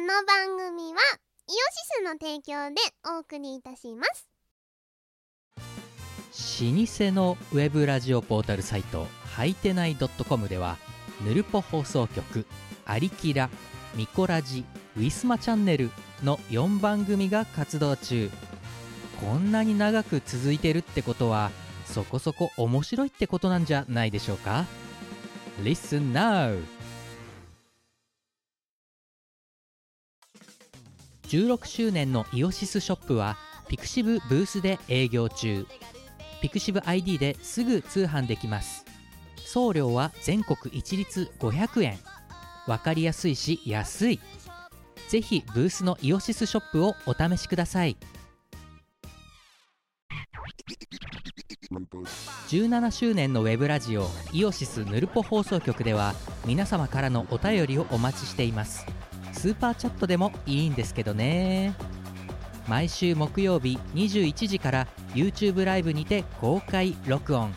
の番組はイオシスの提供でお送りいたします 老舗のウェブラジオポータルサイトはいてない .com ではぬるぽ放送局「アリキラ」「ミコラジ」「ウィスマチャンネル」の4番組が活動中こんなに長く続いてるってことはそこそこ面白いってことなんじゃないでしょうか Listen now! 16周年のイオシスショップはピクシブブースで営業中ピクシブ ID ですぐ通販できます送料は全国一律500円わかりやすいし安いぜひブースのイオシスショップをお試しください17周年のウェブラジオイオシスヌルポ放送局では皆様からのお便りをお待ちしていますスーパーチャットでもいいんですけどね毎週木曜日21時から YouTube ライブにて公開録音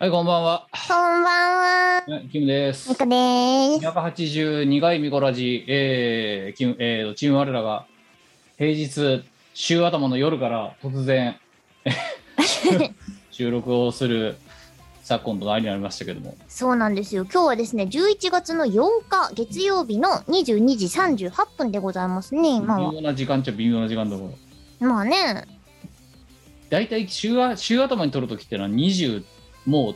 はい、こんばんは。こんばんはねキムですみ。こです282回ミコラジ、えーキムえーチーム我らが平日週頭の夜から突 然収録をする昨今となりになりましたけども、そうなんですよ。今日はですね、11月の8日月曜日の22時38分でございますね、今は。微妙な時間っちゃ微妙な時間だから、まあね、だいたい週は週頭に撮るときってのは20、もう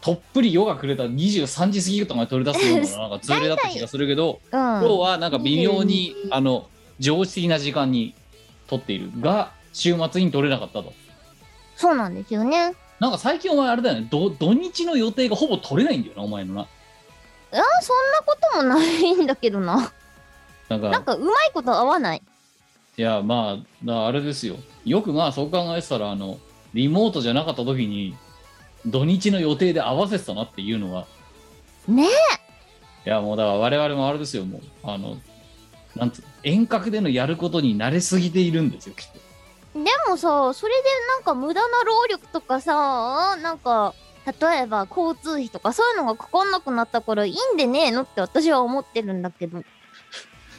とっぷり夜が暮れた23時過ぎとかに取り出すような、なんか通例だった気がするけど、う今日ん。はなんか微妙に、あの常識的な時間に撮っているが週末に撮れなかったとそうなんですよね。なんか最近お前あれだよねど土日の予定がほぼ取れないんだよなお前のないや、そんなこともないんだけどな。なんかなんか、うまいこと合わない。いやまあだからあれですよよくまあそう考えてたらあのリモートじゃなかった時に土日の予定で合わせてたなっていうのはねえいやもうだから我々もあれですよもうあのなんつう遠隔でのやることに慣れすぎているんですよきっとでもさ、それでなんか無駄な労力とかさ、なんか、例えば交通費とかそういうのがかかんなくなったからいいんでねえのって私は思ってるんだけど。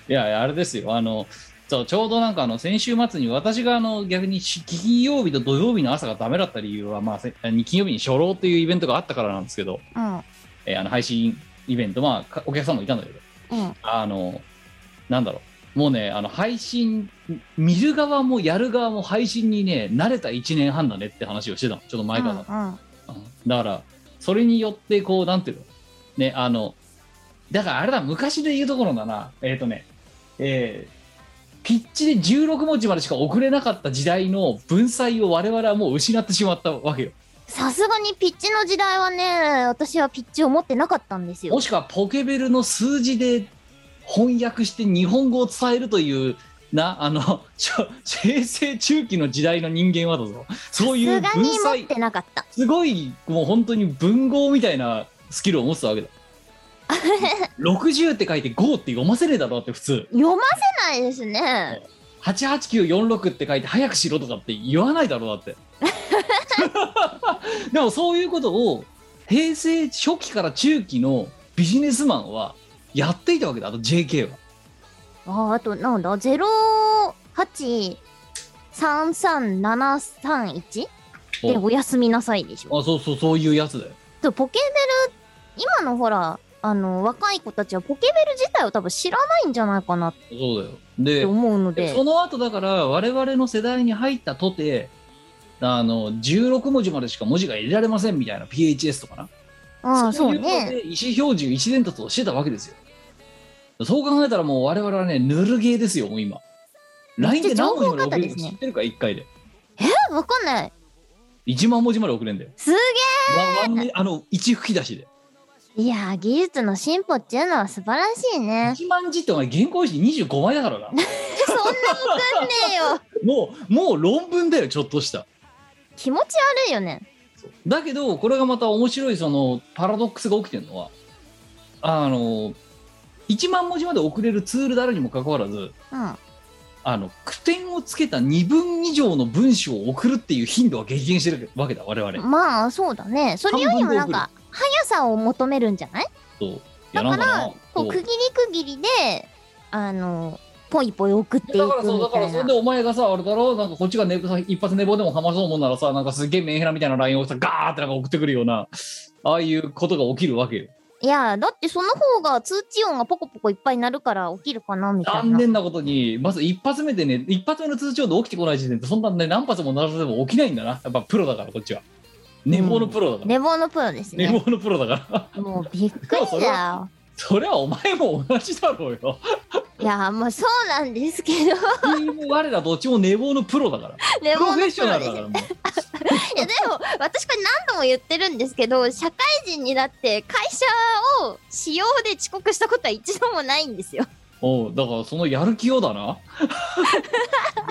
いやいや、あれですよ。あの、そうちょうどなんかあの、先週末に私があの、逆にし金曜日と土曜日の朝がダメだった理由は、まあ、せ金曜日に初老というイベントがあったからなんですけど、うん。うん。えーあの、配信イベント、まあ、かお客さんもいたんだけど、あの、なんだろう。もうね、あの、配信、見る側もやる側も配信にね、慣れた1年半だねって話をしてたの。ちょっと前から。うんうんだから、それによって、こう、なんていうのね、あの、だからあれだ、昔で言うところだな、えっ、とね、えーピッチで16文字までしか送れなかった時代の文才を我々はもう失ってしまったわけよ。さすがにピッチの時代はね、私はピッチを持ってなかったんですよも。しくはポケベルの数字で翻訳して日本語を伝えるという、な、あの、ちょ平成中期の時代の人間はだぞ。そういうすがに文持っ才、てなかった。 すごいもう本当に文豪みたいなスキルを持つわけだ60って書いて5って読ませねえだろって普通読ませないですね。 88946って書いて早くしろとかって言わないだろだって でもそういうことを平成初期から中期のビジネスマンはやっていたわけだあと JK はああと、なんだ、0833731? で、おやすみなさいでしょ。あそうそうそういうやつだよとポケベル、今のほら、あの、若い子たちはポケベル自体を多分知らないんじゃないかなっそうだよてで思うのででそ。の後だから我々の世代に入ったとてあの16文字までしか文字が入れられませんみたいな PHS とかなああ、そそうういうことね。で意思表示一伝達をしてたわけですよそう考えたらもう我々はねぬるゲーですよもう今 LINE で何文字まで送れる情報型のですね知ってるか1回でえ、わかんない。 1万文字まで送れんだよすげわわんあの1吹き出しでえ。いやー、技術の進歩っていうのは素晴らしいね。 1万字ってお前原稿用紙25枚だからなそんな送んねえよ。もうもう論文だよちょっとした気持ち悪いよね。だけどこれがまた面白いそのパラドックスが起きてるのはあの1万文字まで送れるツールであるにもかかわらずうん。あの句点をつけた2分以上の文章を送るっていう頻度は激減してるわけだ我々まあそうだねそれよりもなんか速さを求めるんじゃないといだやかなんからなここうう区切り区切りであのポイポイ送っていくみだからそうだかたらいそれなでお前がさあれだろなんかこっちが、ね、一発寝坊でもはまそうもんならさなんかすげえメンヘラみたいな LINE をさガーってなんか送ってくるようなああいうことが起きるわけ よいやだってその方が通知音がポコポコいっぱい鳴るから起きるかなみたい残な念なことにまず一発目でね一発目の通知音で起きてこない時点でそんなね何発も鳴らせても起きないんだなやっぱプロだからこっちは寝坊のプロだから、寝坊のプロです寝ね坊のプロだから もうびっくりだよそれはお前も同じだろうよいやまあそうなんですけど チーム我らどっちも寝坊のプロだから寝プロ坊フェのップショロナですルだからもういやでも私これ何度も言ってるんですけど社会人になって会社を使用で遅刻したことは一度もないんですよ。おうだからそのやる気を だな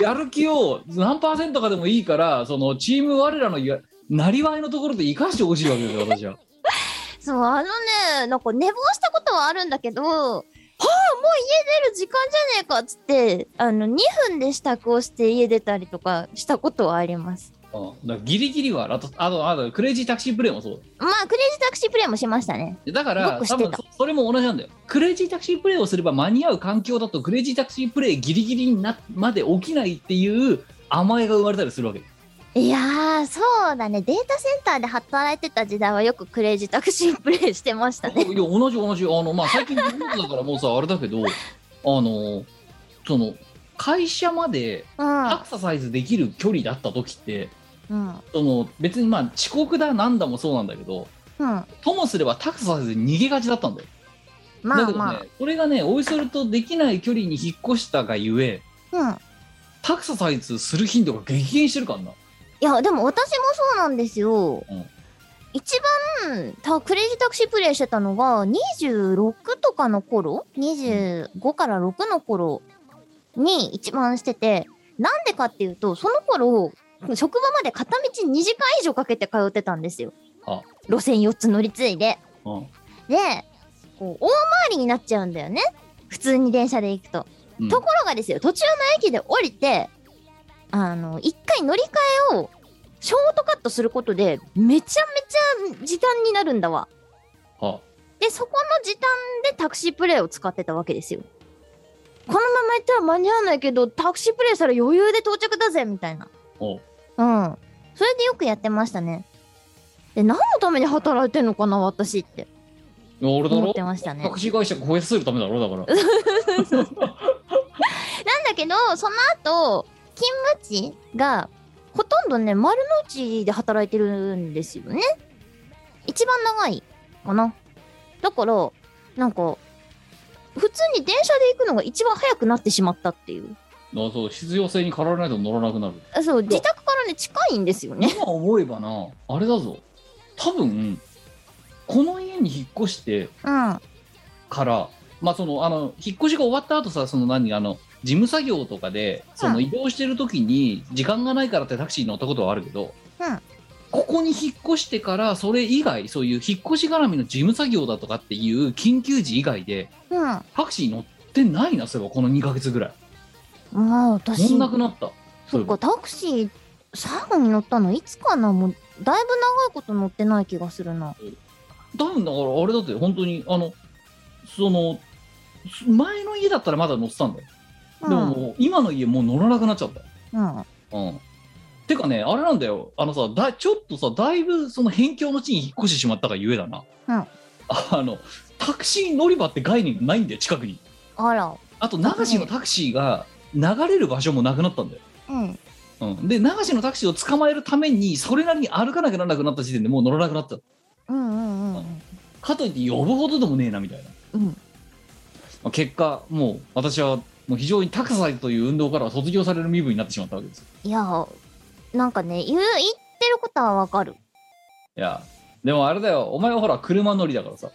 やる気を何パーセントかでもいいからそのチーム我らのやなりわいのところで生かしてほしいわけですよ 私はそうあのねなんか寝坊したことはあるんだけど「はあもう家出る時間じゃねえか」っつってあの2分で支度をして家出たりとかしたことはあります。うん、だからギリギリはあとあとあとクレイジータクシープレイもそうまあクレイジータクシープレイもしましたね。だかよらくし多てた分そそれも同じなんだよクレイジータクシープレイをすれば間に合う環境だとクレイジータクシープレイギリギリになまで起きないっていう甘えが生まれたりするわけいやーそうだねデータセンターで働いてた時代はよくクレイジータクシープレイしてましたいやね。同じ同じあのまあ最近日本だからもうさあれだけ どあのその会社まで うん、アクササイズできる距離だった時ってうん、その別にまあ遅刻だなんだもそうなんだけどうんともすればタクササイズに逃げがちだったんだよ、まあだけどまあね、これがねおいそれとできない距離に引っ越したがゆえうん、タクササイズする頻度が激減してるからないやでも私もそうなんですよ、うん一番たクレイジータクシープレイしてたのが26とかの頃25から6の頃に一番しててなんでかっていうとその頃職場まで片道2時間以上かけて通ってたんですよあ路線4つ乗り継いでうんでこう大回りになっちゃうんだよね普通に電車で行くと、うんところがですよ途中の駅で降りてあの一回乗り換えをショートカットすることでめちゃめちゃ時短になるんだわはでそこの時短でタクシープレイを使ってたわけですよこのまま行ったら間に合わないけどタクシープレイしたら余裕で到着だぜみたいなおううんそれでよくやってましたねで何のために働いてんのかな私っていや俺だ思ろってましたねタクシー会社超えさせるためだろだからなんだけど、その後、勤務地が、ほとんどね、丸の内で働いてるんですよね。一番長いかな。だから、なんか、普通に電車で行くのが一番早くなってしまったっていう。あそう必要性に駆られないと乗らなくなるあそう、自宅からね、近いんですよね。今思えばなあれだぞ多分この家に引っ越してうん。うん。からまあそのあの引っ越しが終わった後さその何あの事務作業とかでその移動してる時に時間がないからってタクシーに乗ったことはあるけど、うんここに引っ越してからそれ以外そういう引っ越し絡みの事務作業だとかっていう緊急時以外でまタクシー乗ってないなそういえばこの2ヶ月ぐらいあ、私、乗んなくなったそっか、タクシー、最後に乗ったのいつかなもう、だいぶ長いこと乗ってない気がするな。多分だからあれだって本当にあのそのす前の家だったらまだ乗ってたんだよ、うん。でももう今の家もう乗らなくなっちゃったうん。うんてかねあれなんだよあのさだちょっとさだいぶその辺境の地に引っ越してしまったがゆえだな、うんあのタクシー乗り場って概念がないんだよ近くにあら。あと流しのタクシーが流れる場所もなくなったんだよ、うん。うん、で流しのタクシーを捕まえるためにそれなりに歩かなきゃならなくなった時点でもう乗らなくなったうんうんうんうん。かといって呼ぶほどでもねえなみたいなうん、まあ、結果もう私はもう非常にタクサイという運動からは卒業される身分になってしまったわけですよいやなんかね言う言ってることはわかるいやでもあれだよお前はほら車乗りだからさ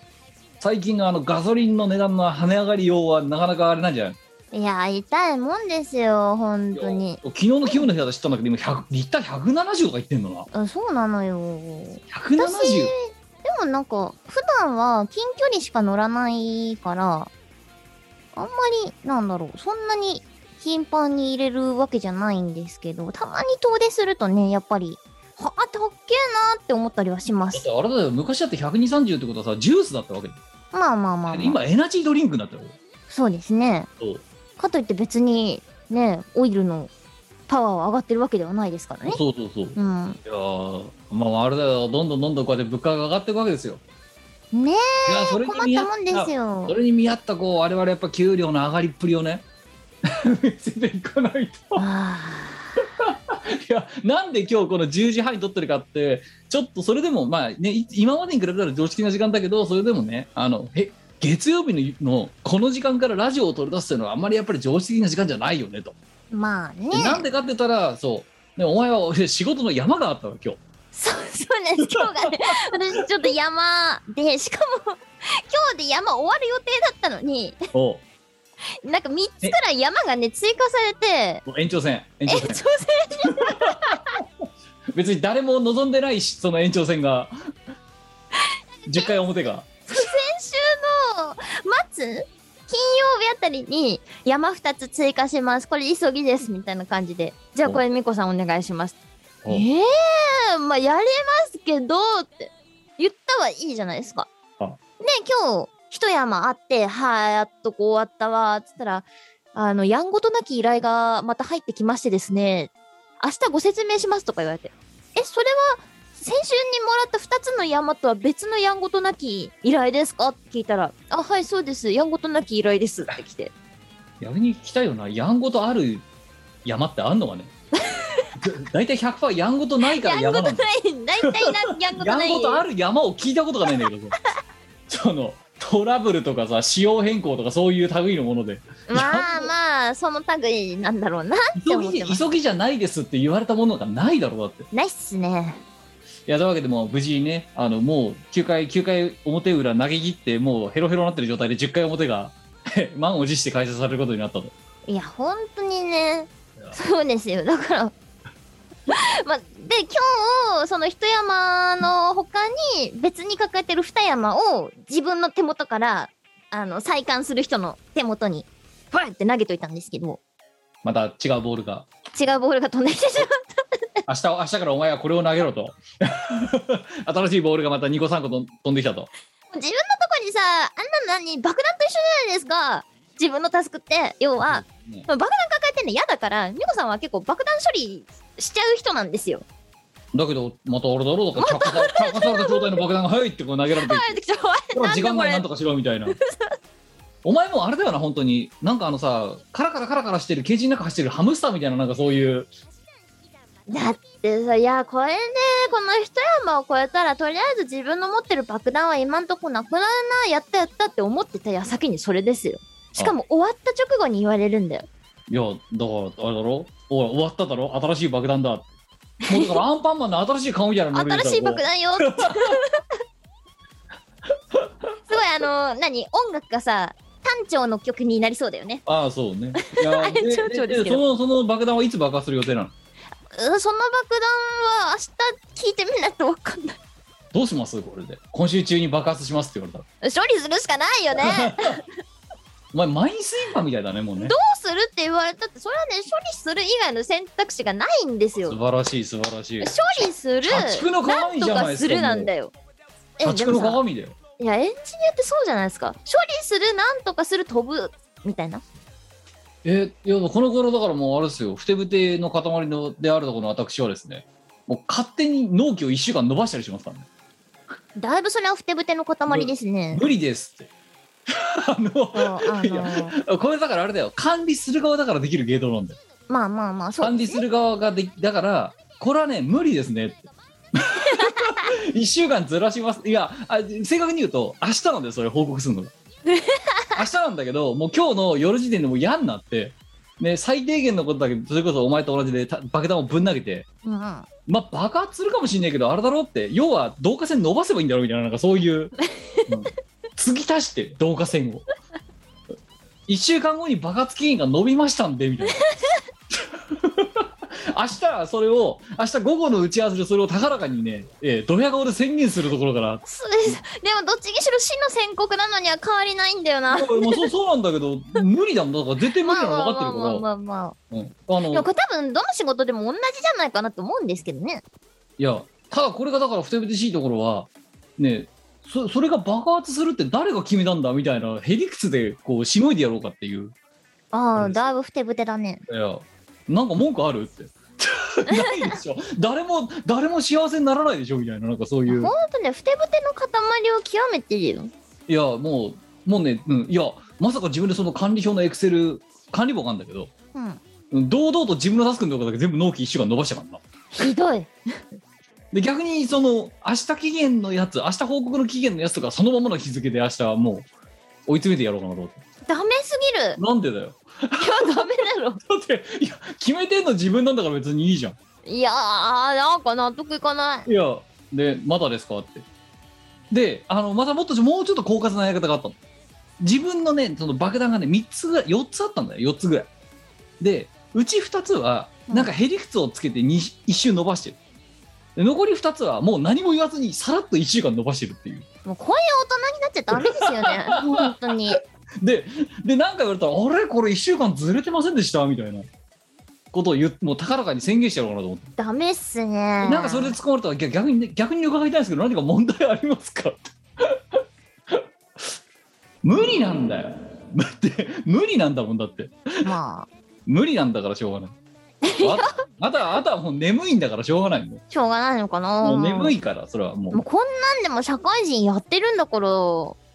最近のあのガソリンの値段の跳ね上がりようはなかなかあれなんじゃないいや痛いもんですよ本当に昨日の昨日の日だ知ったんだけど今100リッター170とか言ってんのなあそうなのよ私で 170? もなんか普段は近距離しか乗らないからあんまりなんだろうそんなに頻繁に入れるわけじゃないんですけど、たまに遠出するとね、やっぱり、はあ、たっけえなーって思ったりはしまだっす。てあれだよ昔だって120ってことはさジュースだったわけだよまあまあまあ、まあ、今エナジードリンクになったよそうですね。そうかといって別に、ね、オイルのパワーは上がってるわけではないですからね。そうそうそういうん。やーまああれだよどんどんどんどんこうやって物価が上がっていくわけですよねいやそえ、れに困っ見合たもんですよそ。れに見合ったこう我々やっぱ給料の上がりっぷりをね見せていかないとあいやなんで今日この10時半に撮ってるかってちょっとそれでもまあねい今までに比べたら常識な時間だけどそれでもねあのえ月曜日ののこの時間からラジオを取り出すっていうのはあんまりやっぱり常識的な時間じゃないよねと、ーまあね。でなんでかって言ったらそうでお前は俺仕事の山があったわ今日そう そうなんです。今日がね、私ちょっと山で、 しかも、今日で山終わる予定だったのに、おうなんか3つくらい山がね、追加されて、延長戦え、延長挑戦戦別に誰も望んでないしその延長戦が10回表が先週の末金曜日あたりに山2つ追加しますこれ急ぎですみたいな感じでじゃあこれみこさんお願いしますおええー、まあやりますけどって言ったはいいじゃないですかあね今日一山あってはいやっとこう終わったわっつったらあのやんごとなき依頼がまた入ってきましてですね明日ご説明しますとか言われてえそれは先週にもらった2つの山とは別のやんごとなき依頼ですかって聞いたら「あはいそうですやんごとなき依頼です」って来て逆に聞きたいよなやんごとある山ってあんのかねだいたい100%やんごとない「やかんらごと山なないんだ」大体なやんごとやなんいごとある山を聞いたことがないんだけどそのトラブルとかさ仕様変更とかそういう類のものでまあまあその類なんだろうなって急思っぎてでます急ぎじゃないですって言われたものがないだろうだっていないっすねやというわけでもう無事にねあのもう9回9回表裏投げ切ってもうヘロヘロになってる状態で10回表が 満を持して開催されることになったといや本当にねいやそうですよだから まあで今日その一山の他に別に抱えてる二山を自分の手元からあの再刊する人の手元にバンって投げといたんですけどまた違うボールが違うボールが飛んできてしまう明日明日からお前はこれを投げろと 新しいボールがまた2個3個と飛んできたと自分のとこにさあんなの何爆弾と一緒じゃないですか自分のタスクって要は、ね爆弾抱えてんの嫌だから美子さんは結構爆弾処理しちゃう人なんです よ。だけどまた俺だろうとか着火さ着火された状態の爆弾が「はい!」ってこう投げ られていっ帰ってきたておいほならんで時間こ内れなんとかしろみたいなお前もあれだよな本当になんかあのさカラカラカラカラしてるケージの中走ってるハムスターみたいななんかそういうだってさ、いや、これね、この一山を越えたら、とりあえず自分の持ってる爆弾は今んとこなくなるな、やったやったって思ってた矢先にそれですよ。しかも終わった直後に言われるんだよ。いやだからあれだろおい終わっただろ新しい爆弾だもう だからアンパンマンの新しい顔みたいなの新しい爆弾 よ。すごいあの、何音楽がさ、単調の曲になりそうだよね。ああそうねい やあれで蝶々ですけどそのその爆弾はいつ爆破する予定なのうんその爆弾は明日聞いてみないとわかんない。 どうしますこれで今週中に爆発しますって言われたら処理するしかないよね。 お前マインスイーパーみたいだねもうねどうするって言われたって、それはね、処理する以外の選択肢がないんですよ素。晴らしい素晴らしい処理する社畜のな鏡んじとゃないかですすかるなんだよ。社で畜ものさ鏡だよいやエンジニアってそうじゃないですか処理するなんとかする飛ぶみたいなえいやこの頃だからもうあれですよふてぶての塊のであるところの私はですねもう勝手に納期を1週間伸ばしたりしますからねだいぶそれはふてぶての塊ですね。無理ですって あのそうあいのや これだからあれだよ管理する側だからできるゲートなんだよまあまあまあそう管理する側ができだからこれはね無理ですねって 一週間ずらしますいやあ正確に言うと明日なんだよそれ報告する のが明日なんだけどもう今日の夜時点でもう嫌になって、ね、最低限のことだけどそれこそお前と同じでた爆弾をぶん投げてうんうんままあ爆発するかもしんないけどあれだろうって要は導火線伸ばせばいいんだろうみたいななんかそういう、うん継ぎ足して導火線を1週間後に爆発期限が伸びましたんでみたいな 明日はそれを明日午後の打ち合わせでそれを高らかにね、えー、ドヤ顔で宣言するところからそうですでもどっちにしろ死の宣告なのには変わりないんだよなまあそうそうなんだけど無理なんだだから絶対無理まなあまあの分かってるまあかまあまあら、うん、あでものこれ多分どの仕事でも同じじゃないかなと思うんですけどねいやただこれがだからふてぶてしいところはねそそれが爆発するって誰が決めたんだみたいなへりくつでこうしのいでやろうかっていうあうあんだいぶふてぶてだねいやなんか文句あるって ないでしょ誰も誰も幸せにならないでしょみたいななんかそういうほんとねふてぶての塊を極めてるよいやもうもうね、うん、いやまさか自分でその管理表のエクセル管理簿があるんだけどうんうん堂々と自分のタスクのとこだけ全部納期1週間伸ばしたからなひどいで逆にその明日期限のやつ明日報告の期限のやつとかそのままの日付で明日はもう追い詰めてやろうかなと思ってダメすぎるなんでだよ いやダメだろだっていや決めてんの自分なんだから別にいいじゃんいやーなんか納得いかないいやでまだですかってであのまたもっともうちょっと狡猾なやり方があったの自分のねその爆弾がね3つぐらい4つあったんだよ4つぐらいでうち2つはなんかへりくつをつけてに一周伸ばしてるで残り2つはもう何も言わずにさらっと1週間伸ばしてるっていうもうこういう大人になっちゃダメですよね 本当にで、で、なんか言われたら、あれこれ1週間ずれてませんでしたみたいなことを言って、もう高らかに宣言してやろうかなと思って。ダメっすねなんかそれで突っ込まれたら、逆逆にね、逆に伺いたいんですけど、何か問題ありますか 無理なんだよ。だって、無理なんだもんだって。まあ無理なんだからしょう がない。ああとは、あとはもう眠いんだからしょうがないもんしょうがないのかなもう眠いから、それはももうう。こんなんでも社会人やってるんだから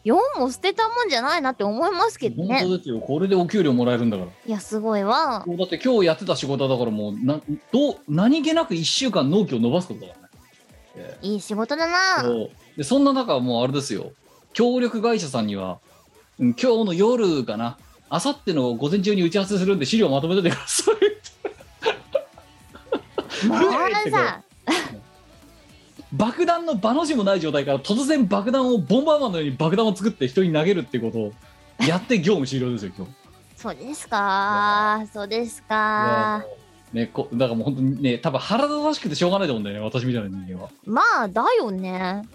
4も捨てたもんじゃないなって思いますけど本ね当ですよ。これでお給料もらえるんだから。いやすごいわもうだって今日やってた仕事だからもうなどう何気なく1週間納期を伸ばすことだからねえいい仕事だえなそうでそんな中もうあれですよ協力会社さんにはうん今日の夜かなあさっての午前中に打ち合わせするんで資料まとめててくださいもうええさ爆弾の場の字もない状態から突然爆弾をボンバーマンのように爆弾を作って人に投げるってことをやって業務終了ですよ今日。そうですかそうですかね、こだからもう本当にね多分腹立たしくてしょうがないと思うんだよね私みたいな人間は。まあだよねうん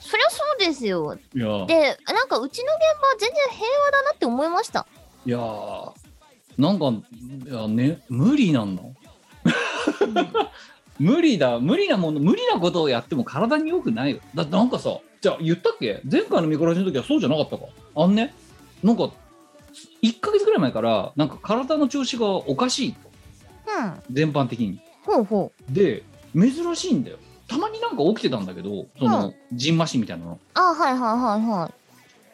そりゃそうですよいやーでなんかうちの現場全然平和だなって思いましたいやーなんかいや、ね、無理なんだ無理だ無理なもの無理なことをやっても体に良くないよだってなんかさじゃあ言ったっけ前回のミコラジの時はそうじゃなかったかあんねなんか1ヶ月ぐらい前からなんか体の調子がおかしいうん全般的にほうほうで珍しいんだよたまになんか起きてたんだけどそのじんましみたいなのあはいはいはいはい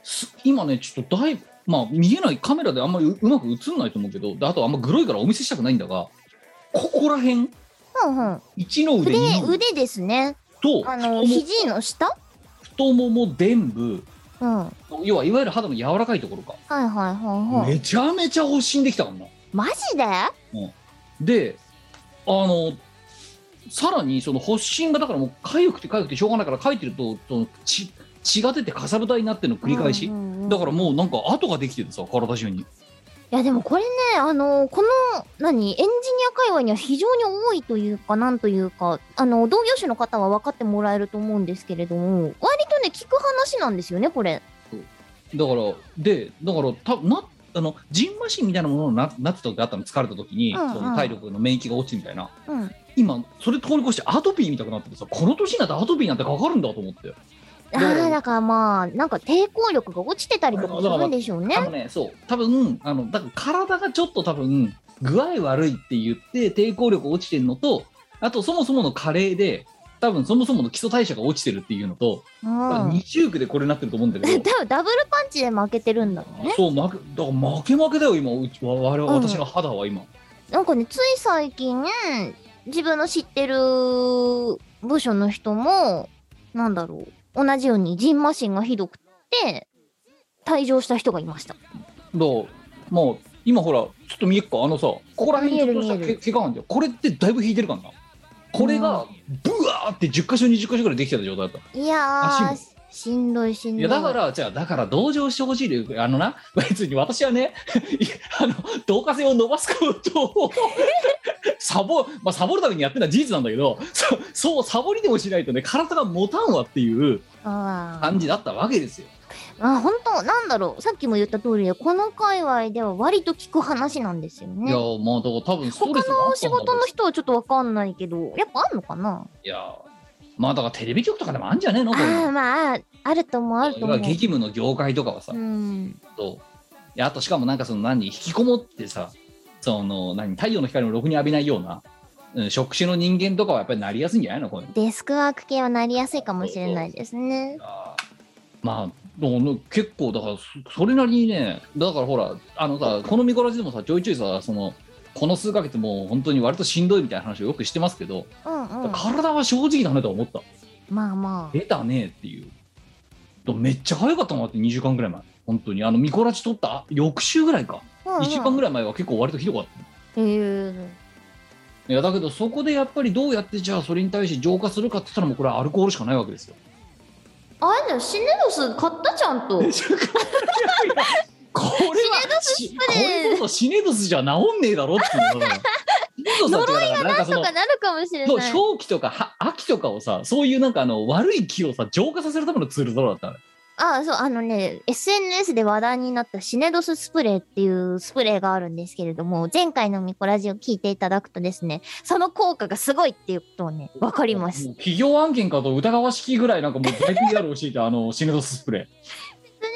す今ねちょっとだいぶまあ見えないカメラであんまりううまく映んないと思うけどであとあんまグロいからお見せしたくないんだがここら辺うんうん一の腕で二の腕腕ですねとあ太もの肘の下太もも臀部うんはい要はいわゆる肌の柔らかいところか、はいはいはいめちゃめちゃ発疹できたからなマジでであのさらにその発疹がだからもう痒くて痒くてしょうがないからかいてるとその血血が出てかさぶたになってるの繰り返し、うんうんうんだからもうなんか跡ができててさ体中にいやでもこれねあのこの何エンジニア界隈には非常に多いというかなんというかあの同業種の方は分かってもらえると思うんですけれども割とね聞く話なんですよねこれだからでだからたなあのジンマシンみたいなものにななってた時あったの疲れた時に、うんうんその体力の免疫が落ちるみたいなうん今それ通り越してアトピーみたくなっててさこの年になってアトピーなんてかかるんだと思ってあどーうだからまあなんか抵抗力が落ちてたりとかするんでしょうねあのねそう多分あのだから体がちょっと多分具合悪いって言って抵抗力落ちてるのとあとそもそもの加齢で多分そもそもの基礎代謝が落ちてるっていうのと、うんだから二重苦でこれになってると思うんだけど多分ダブルパンチで負けてるんだろうねそう負けだから負け負けだよ今うち我々は私の肌は今、なんかねつい最近自分の知ってる部署の人もなんだろう同じようにジンマシンがひどくって退場した人がいましただもう今ほらちょっと見えっかあのさここら辺にちょっとした見える見えける怪我なんだよこれってだいぶ引いてるからなこれがブワーって10箇所20箇所ぐらいできてた状態だったいやー足しんどいしんいどい。やだから、じゃあ、だから同情してほしいで、あのな、別に私はね、 いやあの、同化性を伸ばすこと をサボ、まあ、サボるためにやってるのは事実なんだけど、そそう、サボりでもしないとね、体が持たんわっていうあー感じだったわけですよ。まあ本当なんだろうさっきも言った通りでこの界隈では割と聞く話なんですよいや、ねもう、だから多分ストレス他もあのった仕んだろう事の人はちょっとわかんないけどやっぱあんのかないや、まあ、だからテレビ局とかでもあるんじゃねえのあこういうのーまああると思うあるとだか思らう激務の業界とかはさ、うんといやあとしかもなんかその何引きこもってさその何太陽の光もろくに浴びないような、うん、職種の人間とかはやっぱりなりやすいんじゃないのこういうのデスクワーク系はなりやすいかもしれないですねあーまあでもね結構だからそそれなりにねだからほらあのさこのミコラジでもさちょいちょいさそのこの数ヶ月もう本当に割としんどいみたいな話をよくしてますけど、うんうん体は正直だねとは思ったまあまあ出たねっていうでもめっちゃ早かったなって2週間ぐらい前本当にあのミコラジ撮った翌週ぐらいかうんうん1週間ぐらい前は結構割とひどかったへえいやだけどそこでやっぱりどうやってじゃあそれに対して浄化するかって言ったらもうこれはアルコールしかないわけですよ。あれだよシネドス買ったちゃんとこれはしこれこそシネドスじゃ治んねえだろっていうのがシネドスは違 うからなんかそとのかなるかもしれそうない正気とかは秋とかをさそういうなんかあの悪い気をさ浄化させるためのツールだろだったのよああそうあのね SNS で話題になったシネドススプレーっていうスプレーがあるんですけれども前回のミコラジを聞いていただくとですねその効果がすごいっていうことをねわかりますもう企業案件かと疑わしきぐらいなんかもう大 PR をしていたあのシネドスス プレー。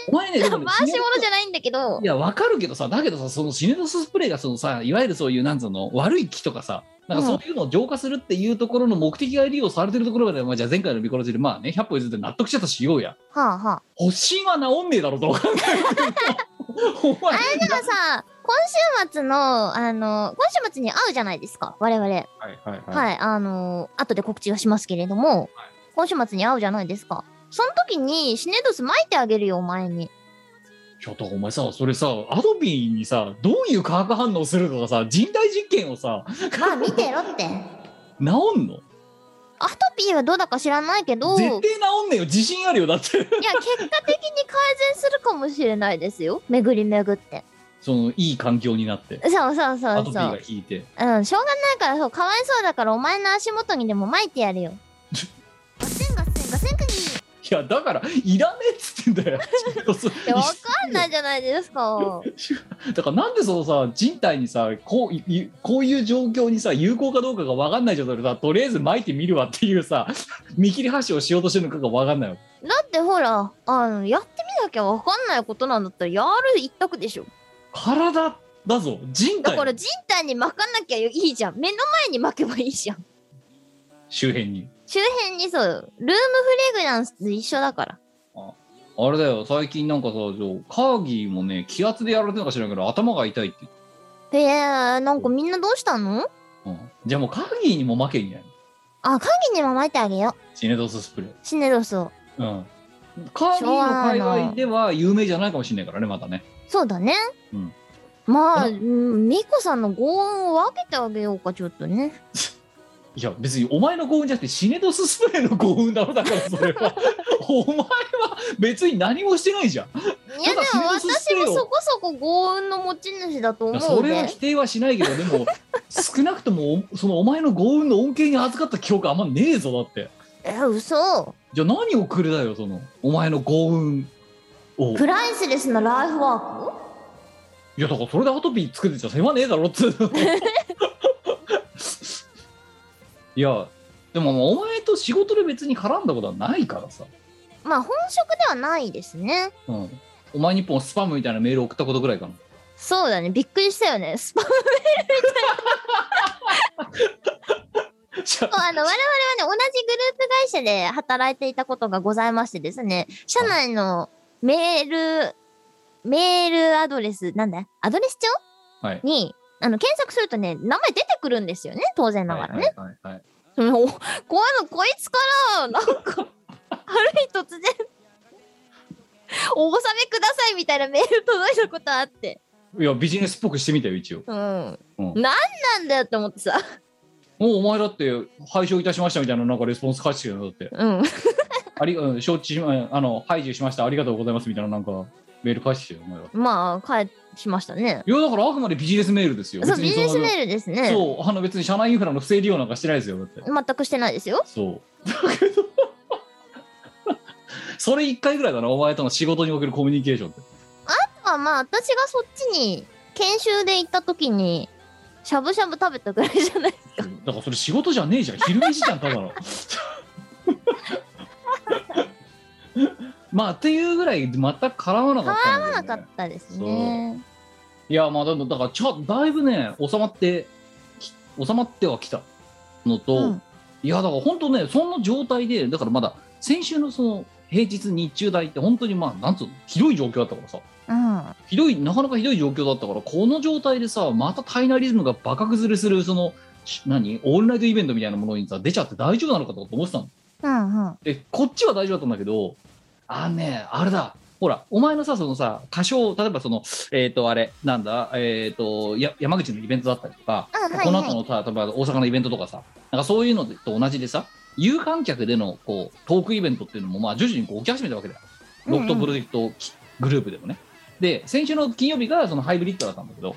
お前ね回でしもねシネドス物じゃないんだけどいや、わかるけどさ、だけどさ、そのシネドススプレーが、そのさ、いわゆるそういう、なんつうの、悪い気とかさ、なんかそういうのを浄化するっていうところの目的が利用されてるところまで、まあ、じゃあ前回のミコラジで、まあね、100歩譲って納得しちゃったしようや。はあはあ発疹は治んねえだろ、どう考 えても。おで前、もさ今週末のあの今週末に会うじゃないですか我々はい、はいはいあの後で告知はしますけれども、今週末に会うじゃないですかその時にシネドス巻いてあげるよお前にちょっとお前さ、それさ、アドビーにさ、どういう化学反応するとかさ、人体実験をさ、まあ見てろって治んのアトピーはどうだか知らないけど、いや、絶対結治んねえよ、自信あるよ、だって。果的に改善するかもしれないですよ。巡り巡って。その、いい環境になって、そうそうアそドうそビーがう。引いて。うん、しょうがないから、そう、かわいそうだから、お前の足元にでも巻いてやるよ。ごせんごせんごせんくにいや、だから、いらねえっつってん だよ。シネドスいや、わかんないじゃないですか。だからなんでそのさ人体にさこういいこういう状況にさ有効かどうかが分かんない状態でさとりあえず巻いてみるわってい うさ見切り発車をしようとしてるのかが分かんないわけだってほら、あの、やってみなきゃわかんないことなんだったら、やる一択でしょ。体だぞ人だから体人体に巻かなきゃいいじゃん。目の前に巻けばいいじゃん。周辺に周辺にそう、ルームフレグランスと一緒だから。あれだよ最近なんかさそうカーギーもね気圧でやられてるのか知らんけど頭が痛いって言って、えー、なんかみんなどうしたのうんじゃあもうカーギーにも負けんじゃないあ、鍵にも巻いてあげよう。シネドススプレーシネドスを。うんカーギーの界隈では有名じゃないかもしれないからねまたねそうだね。うんまあ、あうんミコさんのご恩を分けてあげようか、ちょっとね。いや別にお前の幸運じゃなくてシネドススプレーの幸運だろだからそれはお前は別に何もしてないじゃんいいや、でただシネもドス私してよもそこそこご恩の持ち主だとや思そうれはね否。定はしないけどでも少なくともおそのお前の幸運の恩恵に預かった記憶あんまねえぞだってえ、嘘。じゃあ何をくれだよそのお前の幸運をいプライスレスなライフワやだからそれでアトピー作ってちゃ狭ねえだろっつうのいやでももうお前と仕事で別に絡んだことはないからさークまあ、本職ではないですね。うん、お前に一本スパムみたいなメール送ったことぐらいかな。そうだね。びっくりしたよね。スパムと、あの、我々はね、じゃ同じグループ会社で働いていたことがございましてですね、社内のメール、メールアドレス、なんだアドレス帳あはい。に、あの、検索するとね、名前出てくるんですよね、当然ながらね。はいはいはいそのおこういうの、こいつから、なんか、 ある日突然、お納めくださいみたいなメール届いたことあって。はい。いや、ビジネスっぽくしてみたよ、一応。うん。うんなんなんだよって思ってさ。もうお前だって、廃止をいたしましたみたいな、なんかレスポンス返してきたよ、だって。うん。ありがうん承知しまあの排除しましたありがとうございますみたいななんかメール返してよお前はまあ、返しましたね。いやだからあくまでビジネスメールですよそう、別にビジそのネスメールですね。そうあの別に社内インフラの不正利用なんかしてないですよだって全くしてないですよ。そうだけど それ一回ぐらいだなお前との仕事におけるコミュニケーションってまあまあ、私がそっちに研修で行った時に、しゃぶしゃぶ食べたぐらいじゃないですか。だからそれ仕事じゃねえじゃん昼飯じゃんただの まあっていうぐらい全く絡まなかったんだよねなかったですね。いやまあだだからちゃだいぶね収まってき収まってはきたのと、うんいやだから本当ねそんな状態でだからまだ先週のその平日日中台って本当にまあなんつうのひどい状況だったからさうん。ひどいなかなかひどい状況だったからこの状態でさまた体内リズムがバカ崩れするそのし何オールナイトイベントみたいなものにさ出ちゃって大丈夫なのかとかって思ってたのうんうん。でこっちは大丈夫だったんだけどあのねあれだほらお前のさそのさ歌唱例えばそのえっ、とあれなんだえっ、とや山口のイベントだったりとか、あ、はこい、のは後い。のさ例えば大阪のイベントとかさなんかそういうのと同じでさ有観客でのこうトークイベントっていうのもまあ徐々にこう起き始めたわけだよロフトプロジェクトきグループでもね。で、先週の金曜日がそのハイブリッドだったんだけど、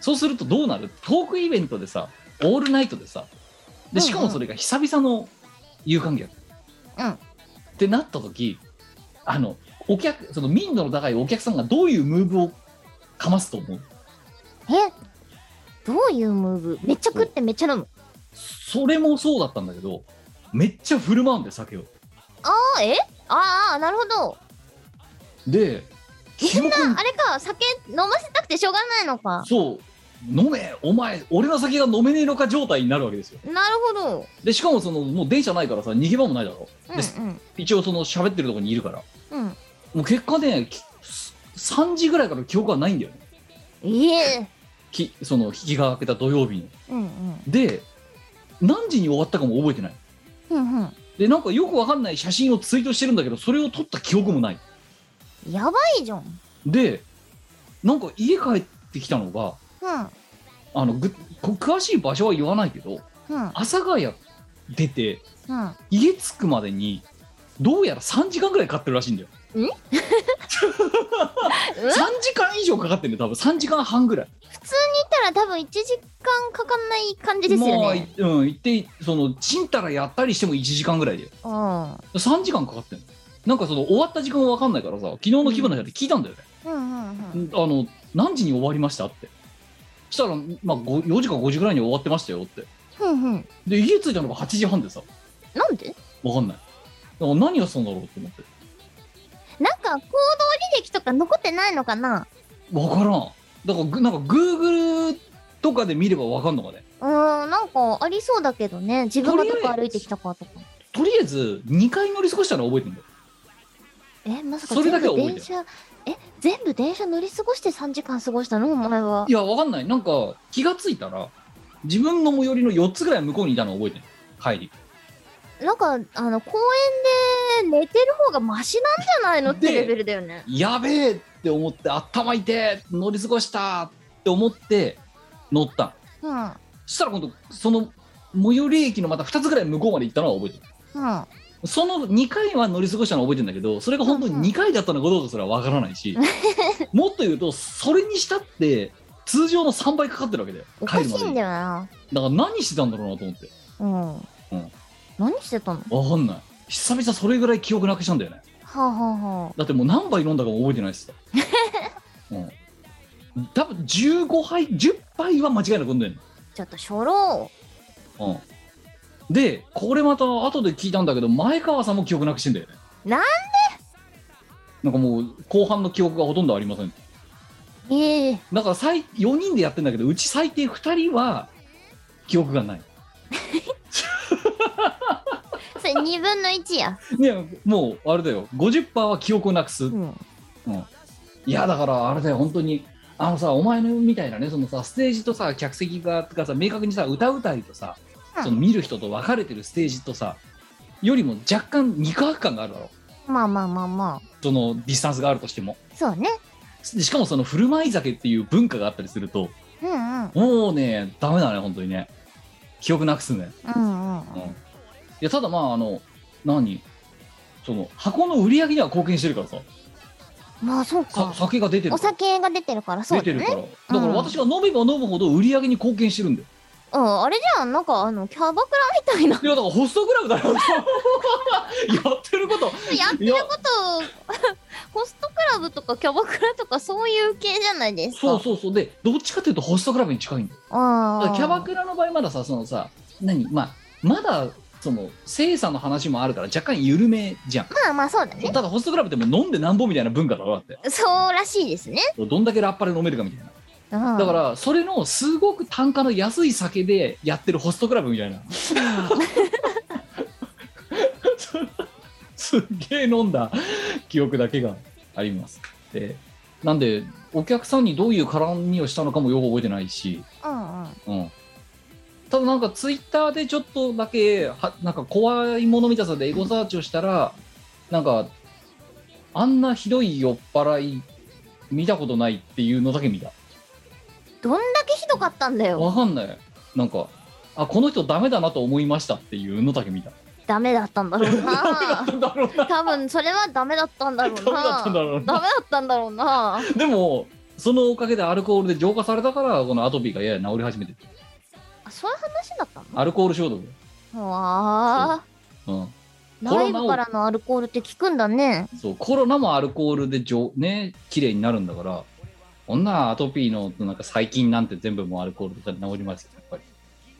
そうするとどうなるトークイベントでさ、オールナイトでさ、で、しかもそれが久々の有観客。うんってなった時、あの、お客、その民度の高いお客さんがどういうムーブをかますと思うえどういうムーブめっちゃ食ってめっちゃ飲む。それもそうだったんだけど、めっちゃ振る舞うんで酒を。あ、えああ、なるほど。で、記憶にあれか、酒飲ませたくてしょうがないのか。そう、飲め、お前、俺の酒が飲めねえのか状態になるわけですよ。なるほど。でしかもそのもう電車ないからさ逃げ場もないだろうですん一応その喋ってるとこにいるからうん。うん。もう結果ねき3時ぐらいから記憶はないんだよねええきその引きが明けた土曜日にうんうん。で何時に終わったかも覚えてないうんうん。でなんかよくわかんない写真をツイートしてるんだけどそれを撮った記憶もないやばいじゃん。うん。でなんか家帰ってきたのがあのぐこ詳しい場所は言わないけどうん。阿佐ヶ谷出てうん。家着くまでにどうやら3時間ぐらいかかってるらしいんだよ3時間以上かかってるね多分3時間半ぐらい普通にいたら多分1時間かかんない感じですよまあね。うん行ってそのちんたらやったりしても1時間ぐらいでうん。 3時間かかってんのなんかその終わった時間は分かんないからさ昨日の気分の中で聞いたんだよね、うんうんあの何時に終わりましたってそしたら、まあ、ご4時か5時ぐらいに終わってましたよってうん。うんうん。で家着いたのが8時半でさなんで分かんないだから何がそうだろうって思ってなんか行動履歴とか残ってないのかな分からんだからぐなんか Google とかで見れば分かんのかねうん、なんかありそうだけどね。自分がどとりこあえず歩いてきたかとか。とりあえず2回乗り過ごしたのは覚えてんだよえ、まさかそれだ全けは部覚えて電車、る。え、全部電車乗り過ごして3時間過ごしたのお前はいや、わかんない。なんか、気がついたら、自分の最寄りの4つぐらい向こうにいたのを覚えてる。帰り。なんか、あの、公園で寝てる方がマシなんじゃないのってでレベルだよね。やべえって思って、頭痛え乗り過ごしたって思って、乗った。うん。うん。そしたら今度、その、最寄り駅のまた2つぐらい向こうまで行ったのは覚えてる。その2回は乗り過ごしたのは覚えてるんだけど、それが本当うんうんに2回だったのかどうかすらわからないし、 もっと言うと、それにしたって、通常の3倍かかってるわけだよ。お帰かるしまでいんに。だだよな。から何してたんだろうなと思って。うん。うん何してたのはわかんない。久々それぐらい記憶なくしたんだよね。あ、はあはあ、だってもう何杯飲んだかも覚えてない っすよ、うん、多分15杯10杯は間違いなく飲んでんちょっと初老。の、うん、でこれまた後で聞いたんだけど前川さんも記憶なくしてんだよねなんでなんかもう後半の記憶がほとんどありませんええだから最4人でやってんだけどうち最低2人は記憶がないそれ2分の1や。ねもうあれだよ50%は記憶をなくすうん。いやだからあれだよ本当にあのさお前のみたいなねそのさステージとさ客席ががさ明確にさ歌うたりとさ、うんその見る人と分かれてるステージとさよりも若干肉薄感があるだろまあまあまあまそのディスタンスがあるとしてもあ。そうね。でしかもその振る舞い酒っていう文化があったりするとうんうん。もうねダメだね本当にね記憶なくすね、うんうんうん、いやただまああの何その箱の売り上げには貢献してるからさまあそうさか酒が出てるおから酒が出てるからそう出だてるねからだからうん私が飲めば飲むほど売り上げに貢献してるんだようんあれじゃんなんかあのキャバクラみたいないやだからホストクラブだろ やってることやってることを ホストクラブとかキャバクラとかそういう系じゃないですかそうそうそうでどっちかというとホストクラブに近いんだよあだからあキャバクラの場合まださそのさ何まあまだその精査の話もあるから若干緩めじゃんまあまあそうだねただホストクラブでも飲んでなんぼみたいな文化だろだってそうらしいですね、どんだけラッパで飲めるかみたいなうん、だからそれのすごく単価の安い酒でやってるホストクラブみたいなすっげえ飲んだ記憶だけがありますでなんでお客さんにどういう絡みをしたのかもよく覚えてないし、うんうんうん、ただなんかツイッターでちょっとだけはなんか怖いもの見たさでエゴサーチをしたらなんかあんなひどい酔っ払い見たことないっていうのだけ見たどんだけひどかったんだよわかんないなんかあこの人ダメだなと思いましたっていうのだけ見たダメだったんだろう なだろうな多分それはダメだったんだろうな ダメだったんだろうなダメだったんだろうなでもそのおかげでアルコールで浄化されたからこのアトピーがやや治り始めてるあそういう話だったアルコール消毒のわあうんコ内ロナを部からのアルコールって効くんだねそうコロナもアルコールでじょね綺麗になるんだからこんなアトピーのなんか細菌なんて全部もうアルコールで治りますよやっぱり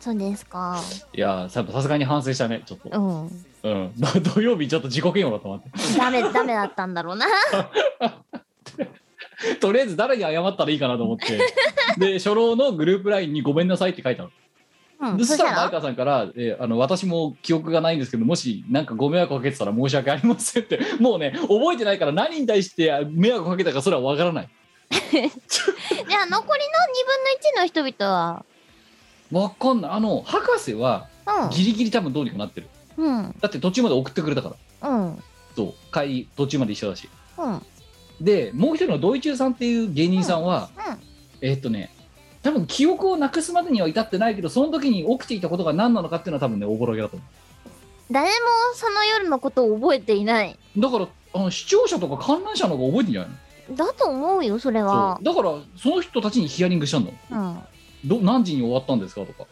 そうですかいやーささすがに反省したねちょっうと、んうん、 土曜日ちょっと自己嫌悪だと思ってダ メダメだったんだろうなとりあえず誰に謝ったらいいかなと思ってで初老のグループラインに「ごめんなさい」って書いたのうんそそししたたら前ら川さんから、えーあの「私も記憶がないんですけどもしなんかご迷惑かけてたら申し訳ありません」って もうね覚えてないから何に対して迷惑かけたかそれは分からないじゃあ残りの2分の1の人々は分かんないあの博士はギリギリ多分どうにかなってるうんうんだって途中まで送ってくれたからうんそう帰り途中まで一緒だしうんでもう一人のドイチューさんっていう芸人さんは、うんうんえーっとね多分記憶をなくすまでには至ってないけどその時に起きていたことが何なのかっていうのは多分ねおぼろげだと思う誰もその夜のことを覚えていないだからあの視聴者とか観覧者の方が覚えてんじゃないのだと思うよそれはそうだからその人たちにヒアリングしたんだもんうんど何時に終わったんですかとか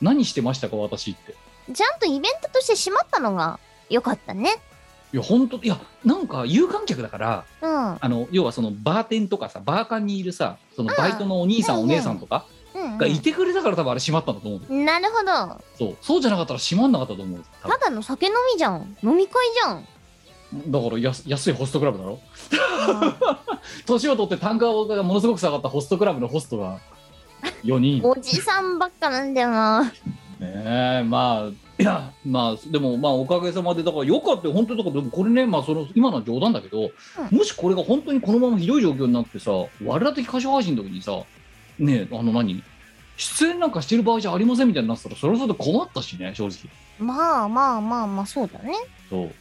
何してましたか私ってちゃんとイベントとしてしまったのが良かったねいや本当いやなんか有観客だからうんうんあの要はそのバーテンとかさバーカンにいるさそのバイトのお兄さんうんお姉さんとかうんがいてくれたから多分あれ閉まったんだと思うなるほどそうそうじゃなかったら閉まんなかったと思うた多分だの酒飲みじゃん飲み会じゃんだから安安いホストクラブだろ年を取って単価がものすごく下がったホストクラブのホストが4人おじさんばっかなんだよなねえまあいやまあでもまあおかげさまでだからよかったよ本当にだからでもこれねまあその今のは冗談だけど、うもしこれが本当にこのままひどい状況になってさ我ら的歌唱配信の時にさねえあの何出演なんかしてる場合じゃありませんみたいになってたらそれはそれで困ったしね正直まあまあまあまあそうだねそう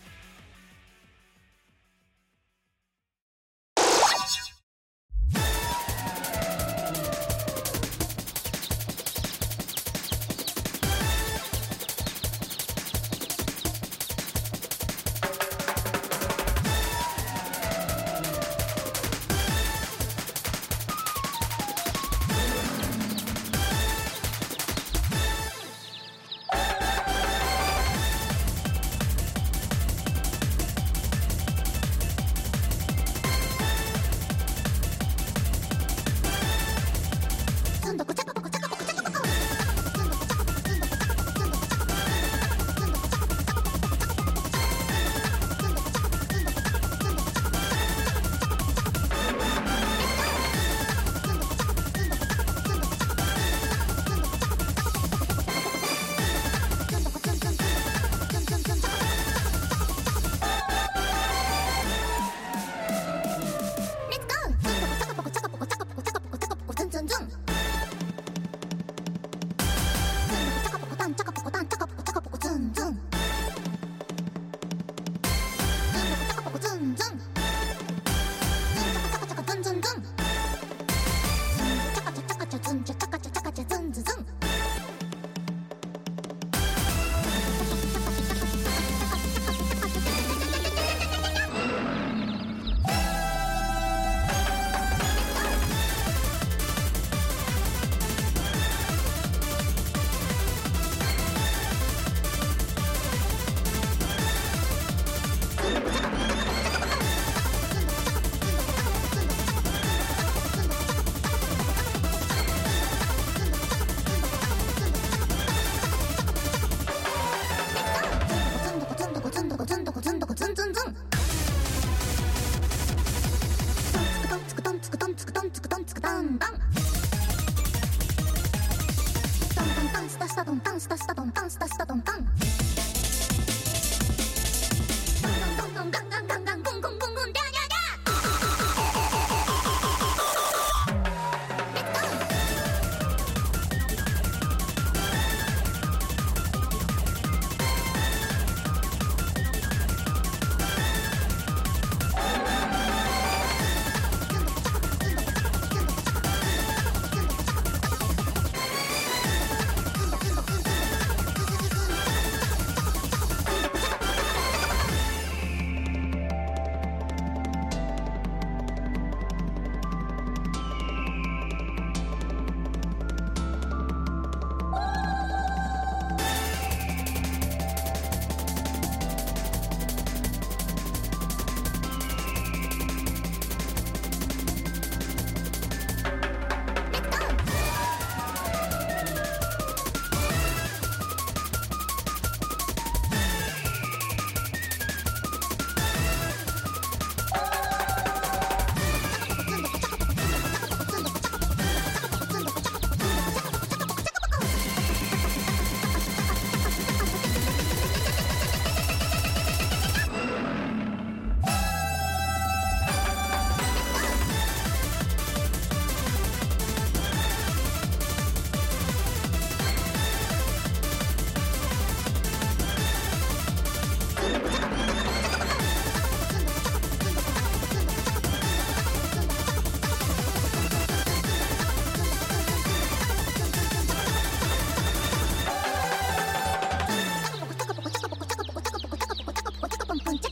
ポンポンチャカポンポンチャ